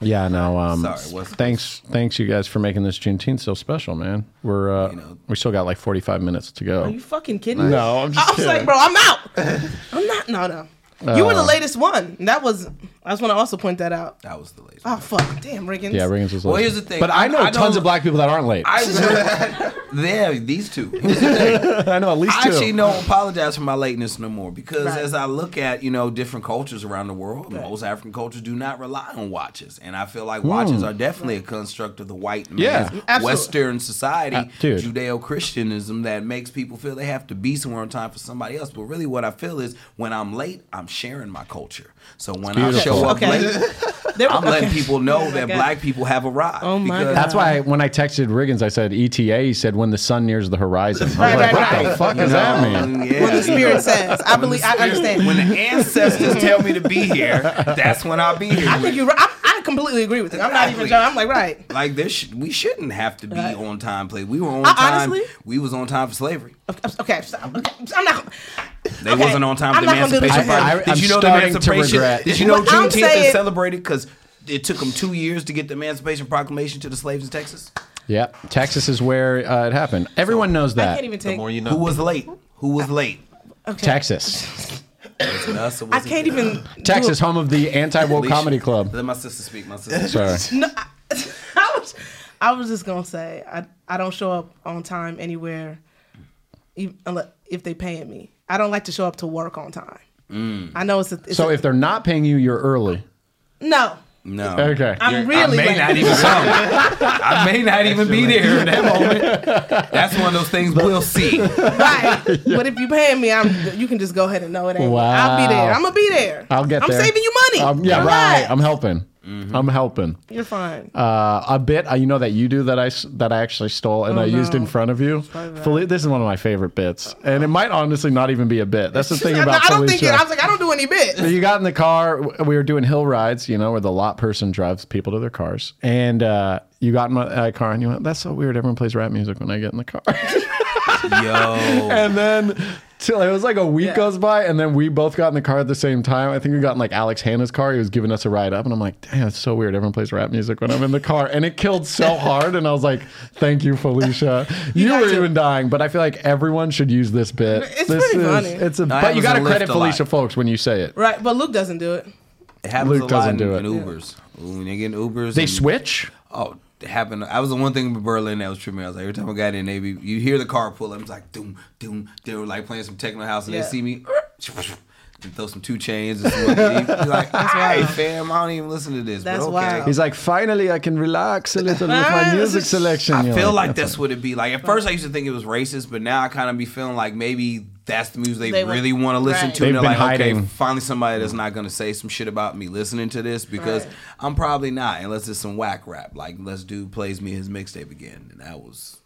S1: yeah, no. Um,
S3: Sorry, what's-
S1: thanks, thanks you guys for making this Juneteenth so special, man. We're uh,
S3: know-
S1: we still got like forty five minutes to
S2: Are
S1: go.
S2: you fucking kidding? me?
S1: No, I'm just
S2: I was
S1: kidding.
S2: like, bro, I'm out. I'm not. No, no. You were the
S1: Uh.
S2: latest one. And that was. I just want to also point that out.
S3: That was the latest.
S2: Oh fuck, damn, Riggins.
S1: yeah, Riggins was.
S3: Well,
S1: late.
S3: here's the thing.
S1: But I know tons
S3: don't-
S1: of black people that aren't late. I,
S3: I yeah, these two. Here's the thing.
S1: know at least
S3: I
S1: two.
S3: actually don't apologize for my lateness no more because
S2: Right.
S3: as I look at you know different cultures around the world, most African cultures do not rely on watches, and I feel like watches are definitely a construct of the white
S1: Hmm. Yeah. Uh,
S3: man's
S2: Absolutely.
S3: Western society,
S1: dude.
S3: Judeo Christianism that makes people feel they have to be somewhere on time for somebody else. But really, what I feel is when I'm late, I'm sharing my culture. So when I
S1: beautiful.
S3: show up
S2: Okay.
S3: late,
S2: There-
S3: I'm letting
S2: okay.
S3: people know that
S2: God.
S3: black people have arrived.
S2: Oh my
S3: because-
S2: God.
S1: That's why I, when I texted Riggins, I said ETA. He said when the sun nears the horizon. I was
S2: Right,
S1: like,
S2: right,
S1: what the
S2: right.
S1: fuck does that mean?
S3: um, Yeah.
S2: When the spirit says, I believe, I understand.
S3: When the ancestors tell me to be here, that's when I'll be here.
S2: I think you're right. I, I completely agree with you. I'm not even
S3: Exactly.
S2: joking. I'm like, right.
S3: like this, sh- we shouldn't have to be
S2: Right.
S3: on time. Play. We were on
S2: I
S3: time.
S2: honestly-
S3: we was on time for slavery.
S2: Okay, stop. Okay, I'm not.
S3: They
S2: Okay,
S3: wasn't on time for
S2: I'm
S3: the
S2: not gonna do
S3: Emancipation
S2: this
S3: Party.
S1: anymore. I- I-
S3: Did you
S1: I'm
S3: know the
S1: starting to
S3: Emancipation?
S1: regret.
S3: Did you know
S2: What I'm
S3: Juneteenth is
S2: saying-
S3: celebrated because it took them two years to get the Emancipation Proclamation to the slaves in Texas?
S1: Yep, Texas is where uh, it happened. Everyone knows
S2: I
S1: that.
S2: can't even
S4: The
S2: take.
S4: more you know.
S3: Who was late? Who was late?
S2: Okay.
S1: Texas,
S3: Was it us or
S2: I
S3: was it
S2: can't
S3: them?
S2: even.
S1: Texas, home of the anti woke
S3: Alicia.
S1: comedy club.
S3: Let my sister speak. My sister.
S1: Sorry.
S2: No, I, I was, I was just gonna say I, I don't show up on time anywhere, even, unless, if they paying me. I don't like to show up to work on time.
S3: Mm.
S2: I know it's a. It's
S1: So
S2: a-
S1: if they're not paying you, you're early.
S2: no,
S3: No.
S1: Okay.
S2: I'm
S3: I
S2: really.
S3: may
S2: late.
S3: not even come. I may not even be there in that moment. That's one of those things we'll see.
S2: right. But if you paying me, I'm. You can just go ahead and know it ain't. I'll be there.
S1: Wow.
S2: I'm gonna be there.
S1: I'll get
S2: I'm
S1: there.
S2: saving you money.
S1: Um, yeah,
S2: All
S1: right. I'm helping. I'm helping.
S2: You're fine.
S1: Uh, a bit, uh, you know that you do that I s- that I actually stole
S2: Oh,
S1: and I used in front of you. Fel- this is one of my favorite bits, and it might honestly not even be a bit. That's the thing
S2: I,
S1: about
S2: I don't think. It,
S1: Felicia.
S2: I was like, I don't do any bits.
S1: So you got in the car. w- We were doing hill rides, you know, where the lot person drives people to their cars. And uh, you got in my uh, car and you went, "That's so weird. Everyone plays rap music when I get in the car."
S3: Yo.
S1: and then till it was like a week goes by, and then we both got in the car at the same time. I think we got in like Alex Hanna's car. He was giving us a ride up, and I'm like, "Damn, it's so weird. Everyone plays rap music when I'm in the car." And it killed so hard. And I was like, "Thank you, Felicia. You,
S2: got
S1: were
S2: to-
S1: even dying." But I feel like everyone should use this bit.
S2: It's
S1: this
S2: pretty funny.
S1: It's a.
S3: I
S1: but you
S3: was
S1: got to
S3: in a lift
S1: credit
S3: a lot.
S1: Felicia Folks when you say it.
S2: Right, but Luke doesn't do it.
S3: It happens
S1: Luke
S3: a lot
S1: doesn't
S3: in,
S1: do
S3: in
S1: it.
S3: Ubers. Ooh, When they get in Ubers.
S1: They
S3: and-
S1: switch.
S3: Oh, it happened. I was the one thing in Berlin that was tripping. me. I was like, every time I got in, they be, you hear the car pull up. It's like, doom, doom. They were like playing some techno house and
S2: Yeah.
S3: they see me. and Throw some two chains and some like, like, hey fam, I don't even listen to this.
S2: That's
S3: but okay.
S2: wild.
S1: He's like, finally, I can relax a little with
S2: Ah,
S1: my
S2: this
S1: music
S2: is-
S1: selection.
S3: I
S1: You're
S3: feel like that's what it'd be like. At first, I used to think it was racist, but now I kind of be feeling like maybe that's the music they,
S2: They were-
S3: really want to listen
S2: right.
S3: to. And
S1: They've
S3: they're
S1: been
S3: like,
S1: hiding.
S3: okay, finally somebody that's not going to say some shit about me listening to this because
S2: Right.
S3: I'm probably not, unless it's some whack rap. Like, let's dude plays me his mixtape again. And that was.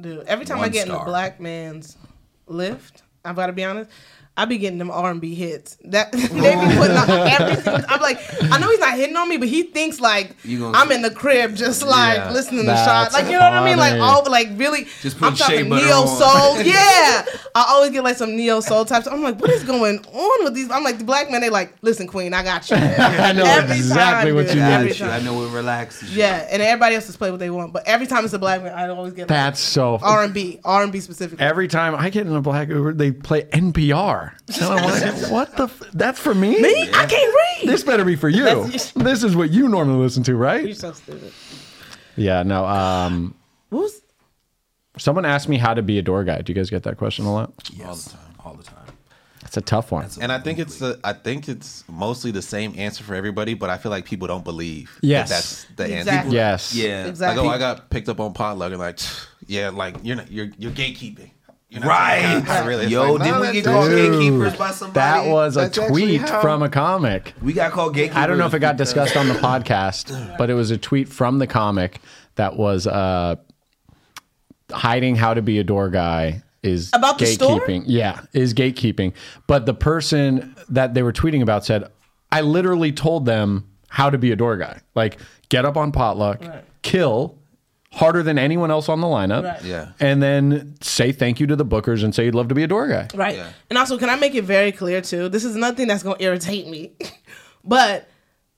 S2: Dude, every time I
S3: One
S2: get in
S3: star.
S2: the black man's lift, I've got to be honest. I be getting them R and B hits. That they be putting on everything. I'm like, I know he's not hitting on me, but he thinks like
S3: You gonna-
S2: I'm in the crib, just like
S4: Yeah.
S2: listening to
S1: That's
S2: shots. Like you know what I mean? Like
S1: funny.
S2: all like really.
S3: Just put
S2: I'm
S3: shea
S2: talking
S3: butter
S2: neo
S3: on.
S2: soul. Yeah, I always get like some neo soul types. I'm like, what is going on with these? I'm like the black man. They like, listen, queen, I got you. I
S1: know exactly what you need.
S2: Every
S3: I
S2: time.
S3: know it relaxes. you.
S2: Yeah, and everybody else is play what they want, but every time it's a black man, I always get like,
S1: That's so.
S2: R and B, R and B specifically.
S1: Every time I get in a black Uber, they play NPR. And I'm like, what the? F- that's for me?
S2: Me? I can't read.
S1: This better be for you.
S2: That's-
S1: this is what you normally listen to,
S2: You're
S1: right?
S2: so stupid.
S1: Yeah, no. Um,
S2: What was?
S1: someone asked me how to be a door guy. Do you guys get that question a lot?
S3: all the time, all the time.
S1: It's a tough one.
S4: And I think it's the I think it's mostly the same answer for everybody, but I feel like people don't believe
S1: Yes.
S4: that that's the
S2: Exactly.
S4: answer.
S1: yes.
S3: Yeah,
S2: Exactly.
S4: Like, oh, I got picked up on potluck and like, yeah, like you're not you're you're gatekeeping. You're not
S3: Right.
S4: telling guys, really. It's
S3: Yo,
S4: like,
S3: did
S4: nah,
S3: we
S4: that's
S3: get called
S4: actually-
S3: gatekeepers by somebody?
S1: That was a
S4: That's actually
S1: tweet
S4: how-
S1: from a comic.
S3: we got called gatekeepers.
S1: I don't know if it got
S3: because-
S1: discussed on the podcast, but it was a tweet from the comic that was uh, hiding how to be a door guy is
S2: About the store?
S1: gatekeeping. Yeah, is gatekeeping. But the person that they were tweeting about said, "I literally told them how to be a door guy. Like get up on potluck,
S2: Right.
S1: kill." Harder than anyone else on the lineup,
S2: Right.
S4: Yeah.
S1: and then say thank you to the bookers and say you'd love to be a door guy.
S2: Right.
S4: Yeah.
S2: And also, can I make it very clear too? This is nothing that's gonna irritate me, but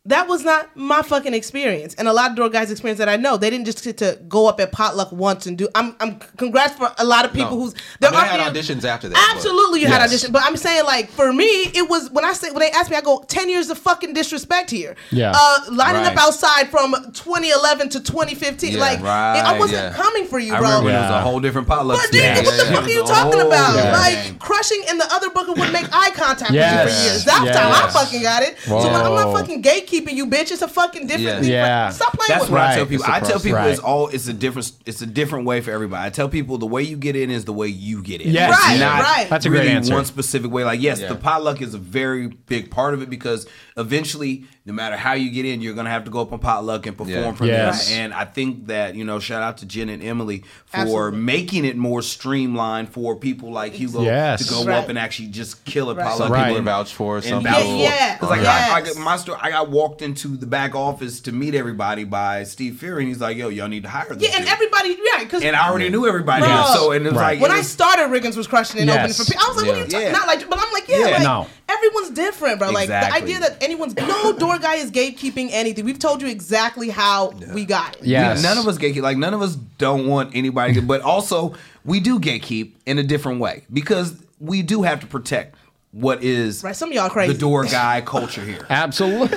S2: that was not my fucking experience, and a lot of door guys' experience that I know. They didn't just get to go up at potluck once and do. I'm, I'm congrats for a lot of people
S4: No.
S2: who's
S4: I mean, I
S2: are
S4: had
S2: people-
S4: auditions after that, but-
S2: Absolutely, you had
S1: Yes.
S2: auditions, but I'm saying like for me, it was when I say when they asked me, I go ten years of fucking disrespect here.
S1: Yeah.
S2: uh, lining up
S3: Right.
S2: outside from 2011 to 2015,
S4: Yeah,
S2: like it- I
S3: right,
S2: wasn't
S4: yeah.
S2: coming for you,
S3: I
S2: bro.
S3: remember it was
S1: Yeah.
S3: a whole different potluck.
S2: But dude,
S3: experience.
S2: what the
S4: yeah,
S2: fuck are you
S3: It was a
S2: talking
S3: whole
S2: about?
S3: different
S2: Like
S3: game.
S2: crushing and the other booker would make eye contact with you
S1: Yes.
S2: for years. That's
S1: Yes.
S2: how I fucking got it. So when I'm
S1: Whoa.
S2: not fucking gatekeeping you, bitch. It's a fucking different
S4: Yeah.
S2: thing.
S1: Yeah.
S2: Stop playing
S3: That's
S2: with
S3: what
S2: me.
S3: I tell
S1: Right.
S3: people.
S4: It's a
S3: I tell
S4: process.
S3: people
S1: Right.
S3: it's all it's a different it's a different way for everybody. I tell people the way you get in is the way you get in.
S1: Yes.
S3: It's
S2: Right,
S3: not
S2: right.
S1: That's a great
S3: really
S1: answer.
S3: One specific way. Like yes,
S4: Yeah.
S3: the potluck is a very big part of it because eventually, no matter how you get in, you're gonna have to go up on potluck and perform
S4: Yeah.
S3: from
S1: Yes.
S3: there. And I think that you know, shout out to Jen and Emily for
S2: Absolutely.
S3: making it more streamlined for people like Hugo
S1: Yes.
S3: to go
S2: Right.
S3: up and actually just kill a
S2: Right.
S3: potluck.
S4: Some
S1: Right.
S4: people are vouched for, some
S3: And
S2: Yeah,
S3: vouch
S4: people
S3: for.
S2: yeah.
S3: It's like I, I
S2: Yes.
S3: got my story. I got walked into the back office to meet everybody by Steve Fury, and he's like, "Yo, y'all need to hire this."
S2: Yeah, and
S3: dude."
S2: everybody, yeah, because
S3: And I already knew everybody.
S2: Bro.
S3: So and it's
S1: Right.
S3: like
S2: when
S3: it
S2: I
S3: was-
S2: started, Riggins was crushing and
S1: Yes.
S2: opening for people. I was like, what are you
S4: Yeah.
S2: talking?
S3: Yeah.
S2: Not like, but I'm like, yeah,
S3: Yeah.
S2: like,
S1: No.
S2: everyone's different, bro. Like
S3: Exactly.
S2: the idea that anyone's no door guy is gatekeeping anything. We've told you exactly how we got it.
S1: Yeah.
S3: we-
S1: Yes.
S3: none of us gatekeep. Like none of us don't want anybody. to- But also, we do gatekeep in a different way because we do have to protect what is
S2: Right, some of y'all crazy.
S3: the door guy culture here.
S1: Absolutely.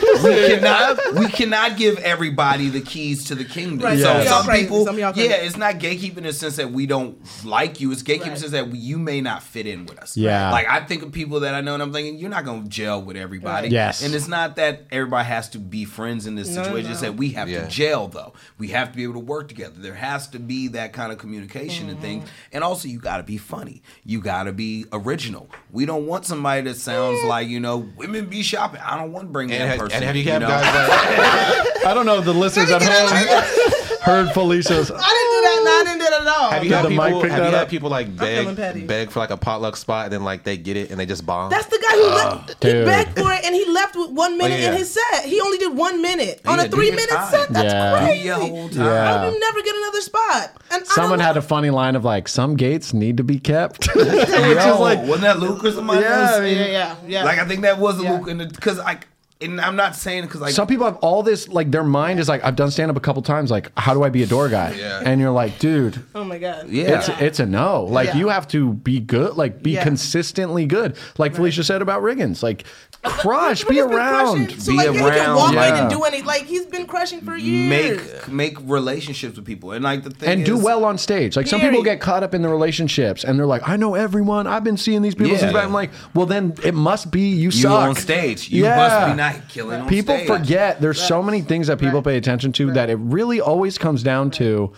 S3: we cannot we cannot give everybody the keys to the kingdom.
S2: Right,
S1: some
S3: So
S1: y'all
S3: some
S2: crazy,
S3: people,
S2: some y'all crazy.
S3: yeah, it's not gatekeeping in the sense that we don't like you. It's gatekeeping in
S2: Right.
S3: the sense that you may not fit in with us.
S1: Yeah.
S3: like I think of people that I know, and I'm thinking you're not going to gel with everybody.
S2: Right.
S1: Yes.
S3: and it's not that everybody has to be friends in this
S2: No,
S3: situation.
S2: no.
S3: It's that we have
S4: Yeah.
S3: to gel though. We have to be able to work together. There has to be that kind of communication and things.
S2: Mm-hmm.
S3: And also, you got to be funny. You got to be original. We don't want somebody that sounds like you know women be shopping. I don't want to bring that
S4: And, ha-
S3: person.
S4: and have you
S3: you
S4: had
S3: know?
S4: guys like
S1: I don't know if the listeners at home heard Felicia's.
S2: I didn't do that. No, I didn't do that at all.
S4: Have you
S1: Oh, Did
S4: had
S1: the mic
S4: people? Have
S1: pick
S4: you
S1: that up?
S4: had people like
S2: feeling petty.
S4: beg beg for like a potluck spot and then like they get it and they just bomb?
S2: That's the guy who left. He
S1: dude.
S2: begged for it and he left with one minute
S4: yeah.
S2: in his set. He only did one minute on
S3: Yeah,
S2: a
S3: do
S2: three
S3: your
S2: minute
S3: time.
S2: set. That's
S1: Yeah. Do
S2: crazy.
S3: your whole time.
S1: Yeah.
S2: I would never get another spot. And
S1: Someone
S2: I
S1: had a funny line of like, "Some gates need to be kept," which is like,
S3: wasn't that Luke or somebody
S1: Yeah,
S3: else?
S1: I mean-
S2: Yeah, yeah, yeah.
S3: Like I think that was
S2: Yeah.
S3: Luke, and because I, and I'm not saying because like
S1: some people have all this like their mind is like, "I've done stand up a couple times. Like, how do I be a door guy?"
S4: Yeah.
S1: And you're like, dude.
S2: Oh my god.
S3: Yeah.
S1: It's, it's a no. Like
S2: Yeah.
S1: you have to be good, like be
S2: Yeah.
S1: consistently good. Like Felicia said about Riggins, like crush, be
S2: He's been
S1: around.
S2: crushing. So
S3: Be
S2: like, yeah, he can
S3: around,
S2: walk in
S1: yeah.
S2: and do any. Like he's been crushing for years.
S3: make make relationships with people, and like the thing
S1: and do
S3: is-
S1: well on stage. Like some
S2: Period.
S1: people get caught up in the relationships, and they're like, "I know everyone. I've been seeing these people
S3: Yeah.
S1: since back." I'm like, "Well, then it must be you,
S3: You
S1: suck
S3: on stage. You
S1: Yeah.
S3: must be not killing on
S1: People
S3: stage.
S1: forget there's so many things that people
S2: Right.
S1: pay attention to that it really always comes down to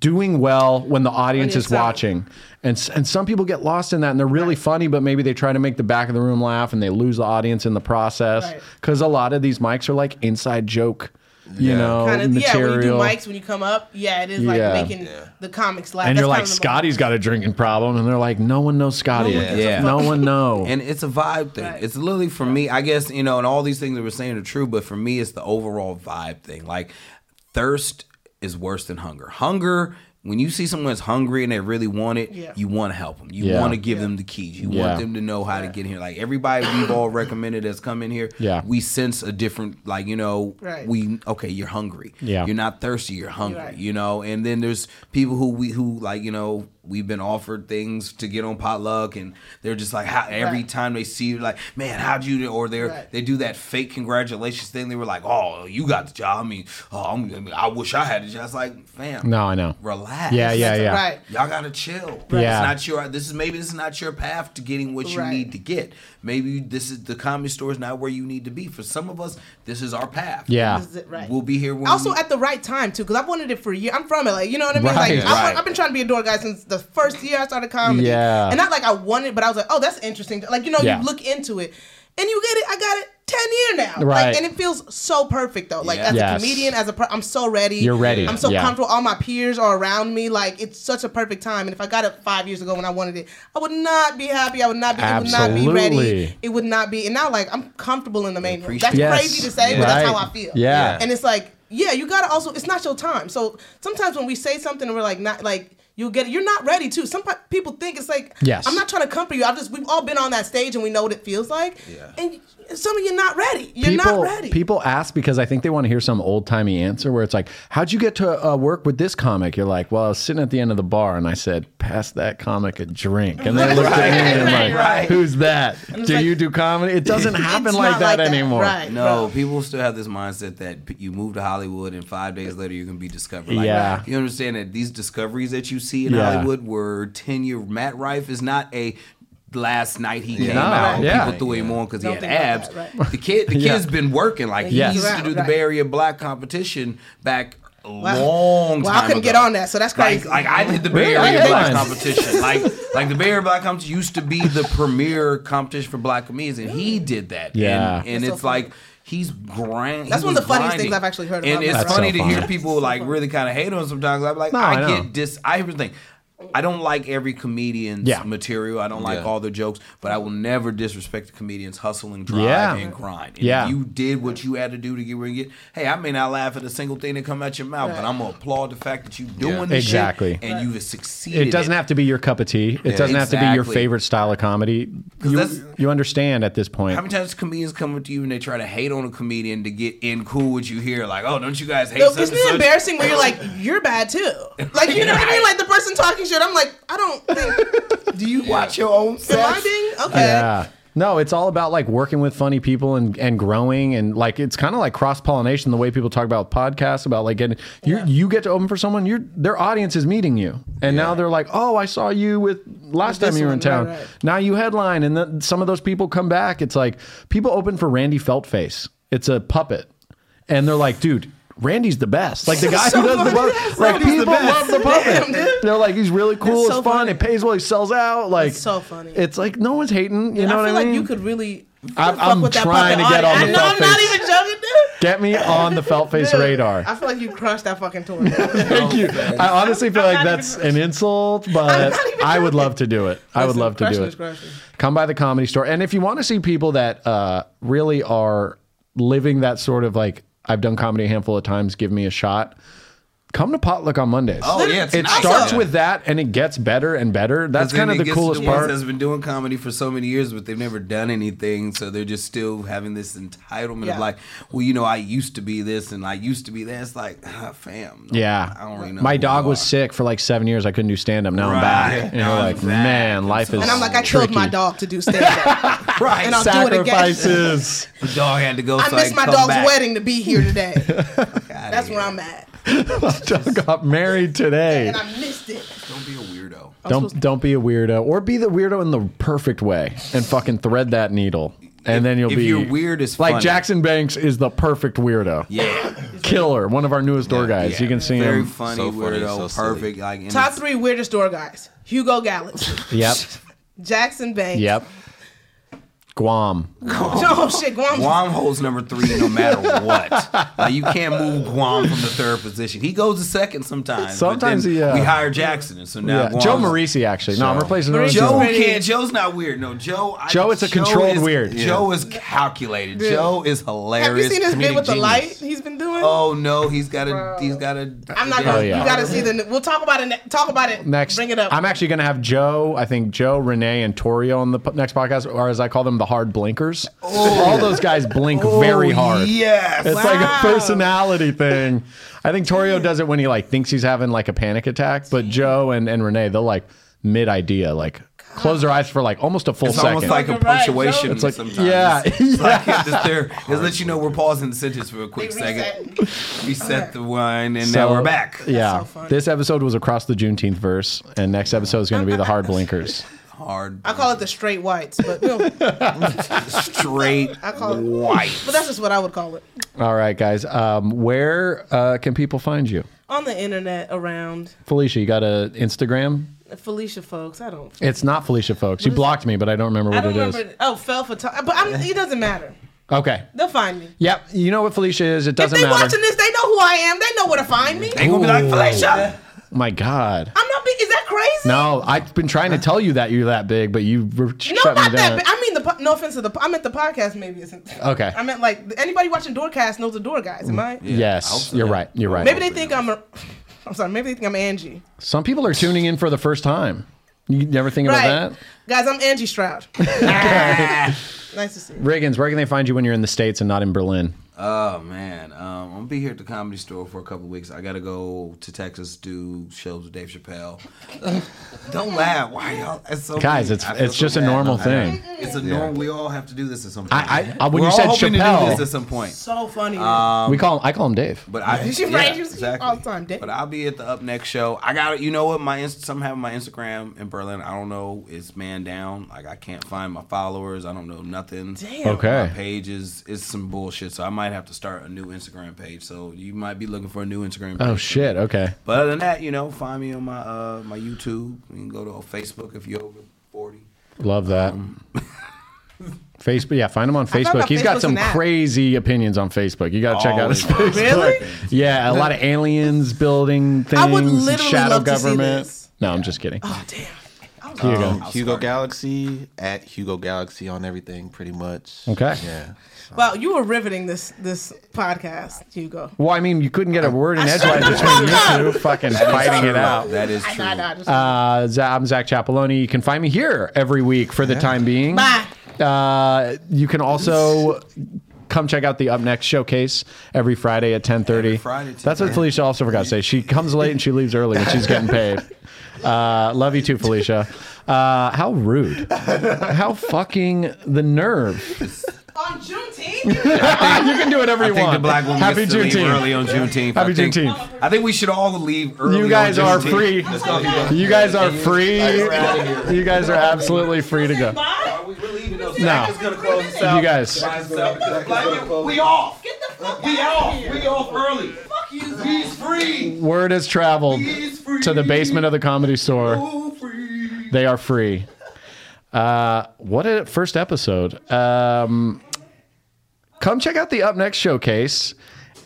S1: doing well when the audience
S2: you're
S1: is
S2: selling.
S1: watching. And s- and some people get lost in that and they're really funny but maybe they try to make the back of the room laugh and they lose the audience in the process
S2: Right.
S1: cuz a lot of these mics are like inside joke, you
S4: Yeah.
S1: know,
S2: Kind of, yeah, when you do
S1: material.
S2: mics, when you come up, yeah, it is like
S1: Yeah.
S2: making the comics laugh.
S1: and
S2: That's
S1: you're like
S2: kind of the
S1: Scotty's got a drinking problem and they're like no one knows Scotty.
S2: No
S1: No
S2: one
S1: one,
S3: gives a Yeah. fuck.
S1: no one knows.
S3: And it's a vibe thing.
S2: Right.
S3: It's literally for me, I guess, you know, and all these things that we're saying are true, but for me, it's the overall vibe thing. Like, thirst is worse than hunger. Hunger when you see someone that's hungry and they really want it,
S2: Yeah.
S3: you want to help them. You
S1: Yeah.
S3: want to give them the keys. You
S1: Yeah.
S3: want them to know how to get here. Like everybody we've all recommended that's come in here,
S1: Yeah.
S3: we sense a different, like you know,
S2: Right.
S3: we okay, you're hungry.
S1: Yeah.
S3: you're not thirsty. You're hungry.
S2: Right.
S3: You know, and then there's people who we who like you know we've been offered things to get on potluck, and they're just like how every
S2: Right.
S3: time they see you, like man, how'd you? do-" Or they are
S2: Right.
S3: they do that fake congratulations thing. They were like, oh, you got the job. I mean, oh, I'm, I, mean, I wish I had the job. It's like, fam,
S1: No, I know.
S3: relax.
S1: Yeah, yeah, yeah.
S2: Right.
S3: Y'all gotta chill.
S1: Yeah.
S3: It's not your. This is maybe this is not your path to getting what you
S2: Right.
S3: need to get. Maybe this is the comedy store is not where you need to be. For some of us, this is our path.
S1: Yeah.
S2: This is it, right.
S3: We'll be here when
S2: also
S3: we-
S2: at the right time too, because I've wanted it for a year. I'm from it, like you know what I mean.
S1: Right,
S2: like I,
S3: right.
S2: have been trying to be a door guy since the first year I started comedy.
S1: Yeah.
S2: and not like I wanted, but I was like, oh, that's interesting. Like you know,
S1: Yeah.
S2: you look into it, and you get it. I got it. 10 year now
S1: Right.
S2: like, and it feels so perfect though like
S3: Yeah.
S2: as
S1: Yes.
S2: a comedian as a pro- i'm so ready
S1: You're ready.
S2: i'm so
S1: Yeah.
S2: comfortable all my peers are around me like it's such a perfect time and if i got it five years ago when i wanted it i would not be happy i would not be it would not be
S1: Absolutely.
S2: ready it would not be and now like i'm comfortable in the main room
S3: Appreciate
S2: that's
S3: it.
S1: Yes.
S2: crazy to say but that's how
S1: Right.
S2: i feel
S1: Yeah.
S2: and it's like, yeah, you gotta also. It's not your time. So sometimes when we say something, and we're like, not like you'll get. it. You're not ready to. Some pe- people think it's like,
S1: Yes.
S2: I'm not trying to comfort you. I've just we've all been on that stage and we know what it feels like. Yeah. And some of you're not ready. You're
S1: people
S2: not ready.
S1: people ask because I think they want to hear some old timey answer where it's like, "How'd you get to uh, work with this comic?" You're like, "Well, I was sitting at the end of the bar and I said, pass that comic a drink," and they looked at me and
S2: Right,
S1: like,
S2: right.
S1: "Who's that?
S2: it's
S1: Do
S2: like-
S1: you do comedy?" It doesn't happen
S2: It's
S1: like
S2: not
S1: that, anymore.
S2: Right.
S3: No, people still have this mindset that p- you move to Hollywood and five days later you can be discovered. Like,
S1: Yeah.
S3: You understand that these discoveries that you see in
S1: Yeah.
S3: Hollywood were 10 year. Matt Rife is not a last night he came
S1: No,
S3: out.
S1: yeah.
S3: People threw him on because he
S2: Don't
S3: had
S2: think about
S3: abs.
S2: that, right.
S3: The kid, the
S1: Yeah.
S3: kid's been working. Like he
S1: Yes.
S3: used to do the
S2: Right.
S3: Bay Area Black competition back. a Long time
S2: Well, I couldn't
S3: ago.
S2: get on that, so that's
S3: Like-
S2: crazy.
S3: Like, I did the Bay
S1: Really? I
S3: Area Black
S1: headlined.
S3: competition. Like like the Bay Area Black competition used to be the premier competition for Black comedians, and he did that. And-
S1: Yeah.
S3: and,
S2: That's so
S3: it's
S2: funny.
S3: like he's grind.
S2: That's
S3: he
S2: one
S3: was
S2: of the funniest
S3: grinding.
S2: things I've actually heard
S3: And
S2: about
S3: it's
S2: That's
S1: so
S3: funny to hear
S1: funny.
S3: people like really kind of hate on sometimes. I'm like,
S1: No,
S3: I,
S1: I know.
S3: get dis. I hear the thing. I don't like every comedian's
S1: Yeah.
S3: material. I don't like
S4: Yeah.
S3: all their jokes, but I will never disrespect the comedian's hustle and drive
S1: Yeah.
S3: and grind. And
S1: Yeah.
S3: if you did what you had to do to get where you get. Hey, I may not laugh at a single thing that come out your mouth, but I'm gonna applaud the fact that you're doing this shit
S1: Exactly.
S3: and you've succeeded.
S1: It doesn't have to be your cup of tea. It doesn't have to be your
S3: exactly.
S1: favorite style of comedy. You,
S3: that's-
S1: you understand at this point.
S3: How many times comedians come up to you and they try to hate on a comedian to get in cool with you here? Like, oh, don't you guys hate?
S2: No,
S3: such
S2: isn't
S3: and
S2: it
S3: such?
S2: embarrassing when you're like, you're bad too? Like, you know what I mean? Like the person talking shit, I'm like, I don't think.
S3: Do you watch your own
S2: Am
S3: set?
S2: I being okay?
S1: Yeah. No, it's all about like working with funny people and, and growing and like it's kind of like cross pollination the way people talk about podcasts about like getting you you get to open for someone your their audience is meeting you and now they're like oh I saw you with last
S2: With
S1: time
S2: this
S1: you were in
S2: one,
S1: town
S2: right, right.
S1: now you headline and then some of those people come back it's like people open for Randy Feltface it's a puppet and they're like dude Randy's the best like the guy
S2: So
S1: who does the
S2: funny.
S1: puppet like
S3: Randy's the
S1: people love
S3: best.
S1: the puppet
S2: Damn, dude.
S1: they're like he's really cool
S2: That's so
S1: it's fun
S2: funny.
S1: it pays well he sells out like
S2: That's so funny.
S1: it's like no one's hating you
S2: I
S1: know
S2: feel
S1: what I
S2: like
S1: mean?
S2: you could really.
S1: I'm-
S2: fuck
S1: I'm
S2: with that
S1: trying to
S2: puppet
S1: get on
S2: audience.
S1: the
S2: I know, I'm not
S1: puppet.
S2: even joking, dude.
S1: Get me on the felt face
S2: Dude,
S1: radar.
S2: I feel like you crushed that fucking tour. I'm
S1: Thank you. I honestly feel like that's an insult, but I would love to do it. I would love to do it. Come by the comedy store. And if you want to see people that uh, really are living that sort of like, I've done comedy a handful of times, give me a shot. Come to potluck on Mondays.
S3: Oh yeah, it's
S1: it
S3: nice.
S1: starts
S3: Yeah.
S1: with that, and it gets better and better. That's
S3: Then
S1: kind
S3: it
S1: of the
S3: gets to
S1: coolest
S3: the ones
S1: part.
S3: That's been doing comedy for so many years, but they've never done anything, so they're just still having this entitlement
S2: Yeah.
S3: of like, well, you know, I used to be this and I used to be that. It's like, ah, fam, no,
S1: Yeah.
S3: I don't really know.
S1: My
S3: who
S1: dog
S3: you
S1: was
S3: are.
S1: sick for like seven years. I couldn't do stand up. Now I'm
S3: Right.
S1: back. And you're
S3: Now I'm
S1: like,
S3: back.
S1: man, life is.
S2: And I'm like, I
S1: tricky.
S2: killed my dog to do stand up.
S3: right.
S2: and I'll do it again.
S1: Sacrifices.
S3: the dog had to go.
S2: I
S3: so
S2: missed
S3: could
S2: my
S3: come
S2: dog's
S3: back.
S2: wedding to be here today.
S3: Outta
S2: That's
S3: here.
S2: where I'm at.
S1: my dog got married today.
S2: And I missed it.
S3: Don't be a weirdo.
S1: Don't don't be a weirdo, or be the weirdo in the perfect way, and fucking thread that needle, and then you'll
S3: if
S1: be.
S3: you're weird, it's
S1: like
S3: funny.
S1: Jackson Banks is the perfect weirdo.
S3: Yeah.
S1: Killer, one of our newest door guys.
S3: Yeah.
S1: you can see
S3: Very
S1: him.
S3: funny,
S4: So funny,
S3: weirdo,
S4: so silly.
S3: perfect. Like in
S2: Top three weirdest door guys Hugo Gallant,
S1: Yep.
S2: Jackson Banks,
S1: Yep. Guam.
S2: Oh shit, Guam.
S3: Guam holds number three no matter what. Like you can't move Guam from the third position. He goes to second sometimes. but
S1: Sometimes
S3: then
S1: he, uh,
S3: we hire Jackson, and so now
S1: Yeah.
S3: Guam's-
S1: Joe Marisi, actually. No, I'm
S3: So-
S1: replacing Lorenzo.
S3: Joe
S2: Pretty-
S3: can't. Joe's not weird. No, Joe. I-
S1: Joe, it's a controlled
S3: is-
S1: weird.
S3: Joe is calculated.
S2: Dude.
S3: Joe is hilarious.
S2: Have you seen his bit
S3: comedic
S2: with the
S3: genius.
S2: light he's been doing?
S3: Oh no, he's got a. He's got a.
S2: I'm not
S1: Oh,
S2: gonna.
S1: yeah.
S2: You gotta see the. ne- We'll talk about it. ne- Talk about it
S1: Next,
S2: Bring it up.
S1: I'm actually going to have Joe. I think Joe, Renee, and Torio on the po- next podcast, or as I call them, the hard blinkers.
S3: Oh.
S1: All those guys blink very hard.
S3: Yes.
S1: It's like
S2: Wow.
S1: a personality thing. I think Torio does it when he like thinks he's having like a panic attack, but Joe and, and Renee, they'll like mid idea, like close their eyes for like almost a full
S3: It's
S1: second.
S3: almost like a
S2: You're right,
S3: punctuation.
S2: Joe.
S1: It's like,
S3: sometimes.
S1: yeah,
S3: It's like it's just there. It's let you know we're pausing the sentence for a quick second.
S2: Reset.
S3: Reset the wine, and
S1: So,
S3: now we're back.
S1: Yeah.
S2: so funny.
S1: this episode was across the Juneteenth verse, and next episode is going to be the hard blinkers.
S3: Hard.
S2: I call it the straight whites, but we'll, but
S3: straight
S2: I call it-
S3: white.
S2: that's just what I would call it.
S1: All right, guys. Um, where uh, can people find you?
S2: On the internet, around
S1: Felicia, you got a Instagram?
S2: Felicia, folks. I don't.
S1: It's not Felicia, folks. You blocked me, but I don't remember
S2: I
S1: what
S2: don't
S1: it is.
S2: remember. Oh, fell for time, but I'm, it doesn't matter.
S1: Okay.
S2: They'll find me.
S1: Yep. You know what Felicia is. It
S2: If
S1: doesn't
S2: they
S1: matter.
S2: watching this, they know who I am. They know where to find me.
S3: They gonna be like Felicia.
S1: My God.
S2: I'm not. Be- is that crazy?
S1: No, I've been trying to tell you that you're that big, but you were
S2: No,
S1: shut
S2: not
S1: me
S2: that.
S1: down.
S2: But I mean, the po- no offense to the. po- I meant the podcast. Maybe isn't.
S1: Okay.
S2: I meant like anybody watching Doorcast knows the Door guys. Am I?
S3: I hope
S1: yes,
S3: so.
S1: you're right. You're right.
S2: Maybe they think I'm. A, I'm sorry. Maybe they think I'm Angie.
S1: Some people are tuning in for the first time. You never think about
S2: Right,
S1: that?
S2: guys. I'm Angie Stroud. nice to see you.
S1: Riggins, where can they find you when you're in the States and not in Berlin?
S3: Oh man, um, I'm gonna be here at the comedy store for a couple weeks. I gotta go to Texas do shows with Dave Chappelle. Don't laugh. Why y'all? It's so
S1: Guys,
S3: mean.
S1: it's-
S3: I feel
S1: it's just a
S3: bad.
S1: normal
S3: I know.
S1: thing.
S3: It's a normal. We all have to do this at some point.
S1: I- I- I- when
S3: We're
S1: you
S3: all
S1: said
S3: hoping to
S1: Chappelle-
S3: do this at some point.
S2: So funny.
S1: we call him, I call him Dave.
S3: But I
S2: She
S3: yeah,
S2: raised you all the time, Dave.
S3: But I'll be at the up next show. I got you know what my inst- some have my Instagram in Berlin. I don't know. It's man down. Like I can't find my followers. I don't know nothing.
S2: Damn.
S1: Okay.
S3: My page is is some bullshit. So I might have to start a new Instagram page. So you might be looking for a new Instagram. page.
S1: Oh shit. Okay.
S3: But other than that, you know, find me on my uh my YouTube. You can go to Facebook if you're over forty.
S1: Love that. Facebook. Yeah, find him on
S2: Um, found
S1: Facebook.
S2: out
S1: He's got
S2: Facebook's
S1: some
S2: an app.
S1: crazy opinions on Facebook. You got to check out his
S3: Always.
S1: Facebook.
S2: Really?
S1: Yeah, a lot of aliens building things.
S2: would literally
S1: shadow
S2: love to see
S1: government.
S2: this.
S1: No, I'm just kidding.
S2: Oh damn. I was-
S1: Here you go.
S4: Um, Hugo Galaxy at Hugo Galaxy on everything, pretty much.
S1: Okay.
S4: Yeah.
S2: Wow, you were riveting this this podcast, Hugo.
S1: Well, I mean, you couldn't get a word in edgewise
S2: shut the
S1: between
S2: fuck
S1: you two, fucking fighting it out.
S3: That is true.
S2: Nah, nah, just-
S1: Uh, Z- I'm Zach Chapeloni. You can find me here every week for the time being.
S2: Bye.
S1: Uh, you can also come check out the Up Next showcase every Friday at 10:30.
S3: Friday,
S1: That's what
S3: 10:30.
S1: Felicia also forgot to say. She comes late and she leaves early when she's getting paid. Uh, love you too, Felicia. Uh, how rude! How fucking the nerve!
S2: On Juneteenth.
S1: you can do whatever you
S3: I think
S1: want.
S3: the black woman
S1: Happy
S3: gets to leave
S1: Juneteenth.
S3: early on Juneteenth.
S1: Happy
S3: I think,
S1: Juneteenth.
S3: I think we should all leave early.
S1: You guys
S3: on
S1: are
S3: Juneteenth.
S1: free.
S3: Let's go, people.
S1: You guys are free.
S3: we're outta
S1: You guys are absolutely free to go.
S2: Bye.
S3: We- We're leaving those.
S1: No.
S3: Zach is gonna close us out.
S1: You guys.
S3: Zach is gonna close. We off.
S2: Get the fuck
S3: We
S2: out of
S3: off.
S2: here.
S3: We off early. Fuck
S2: you,
S3: He's free.
S1: Word has traveled
S3: He's free.
S1: to the basement of the comedy store.
S3: So free.
S1: They are free. Uh, what a first episode. Um, come check out the Up Next showcase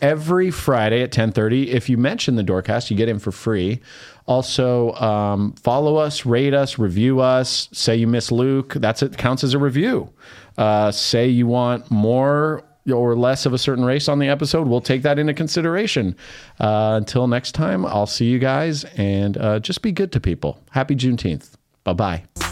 S1: every Friday at 10:30. If you mention the Doorcast, you get in for free. Also, um, follow us, rate us, review us. Say you miss Luke. That's it. Counts as a review. Uh, say you want more or less of a certain race on the episode. We'll take that into consideration. Uh, until next time, I'll see you guys and uh, just be good to people. Happy Juneteenth. Bye bye.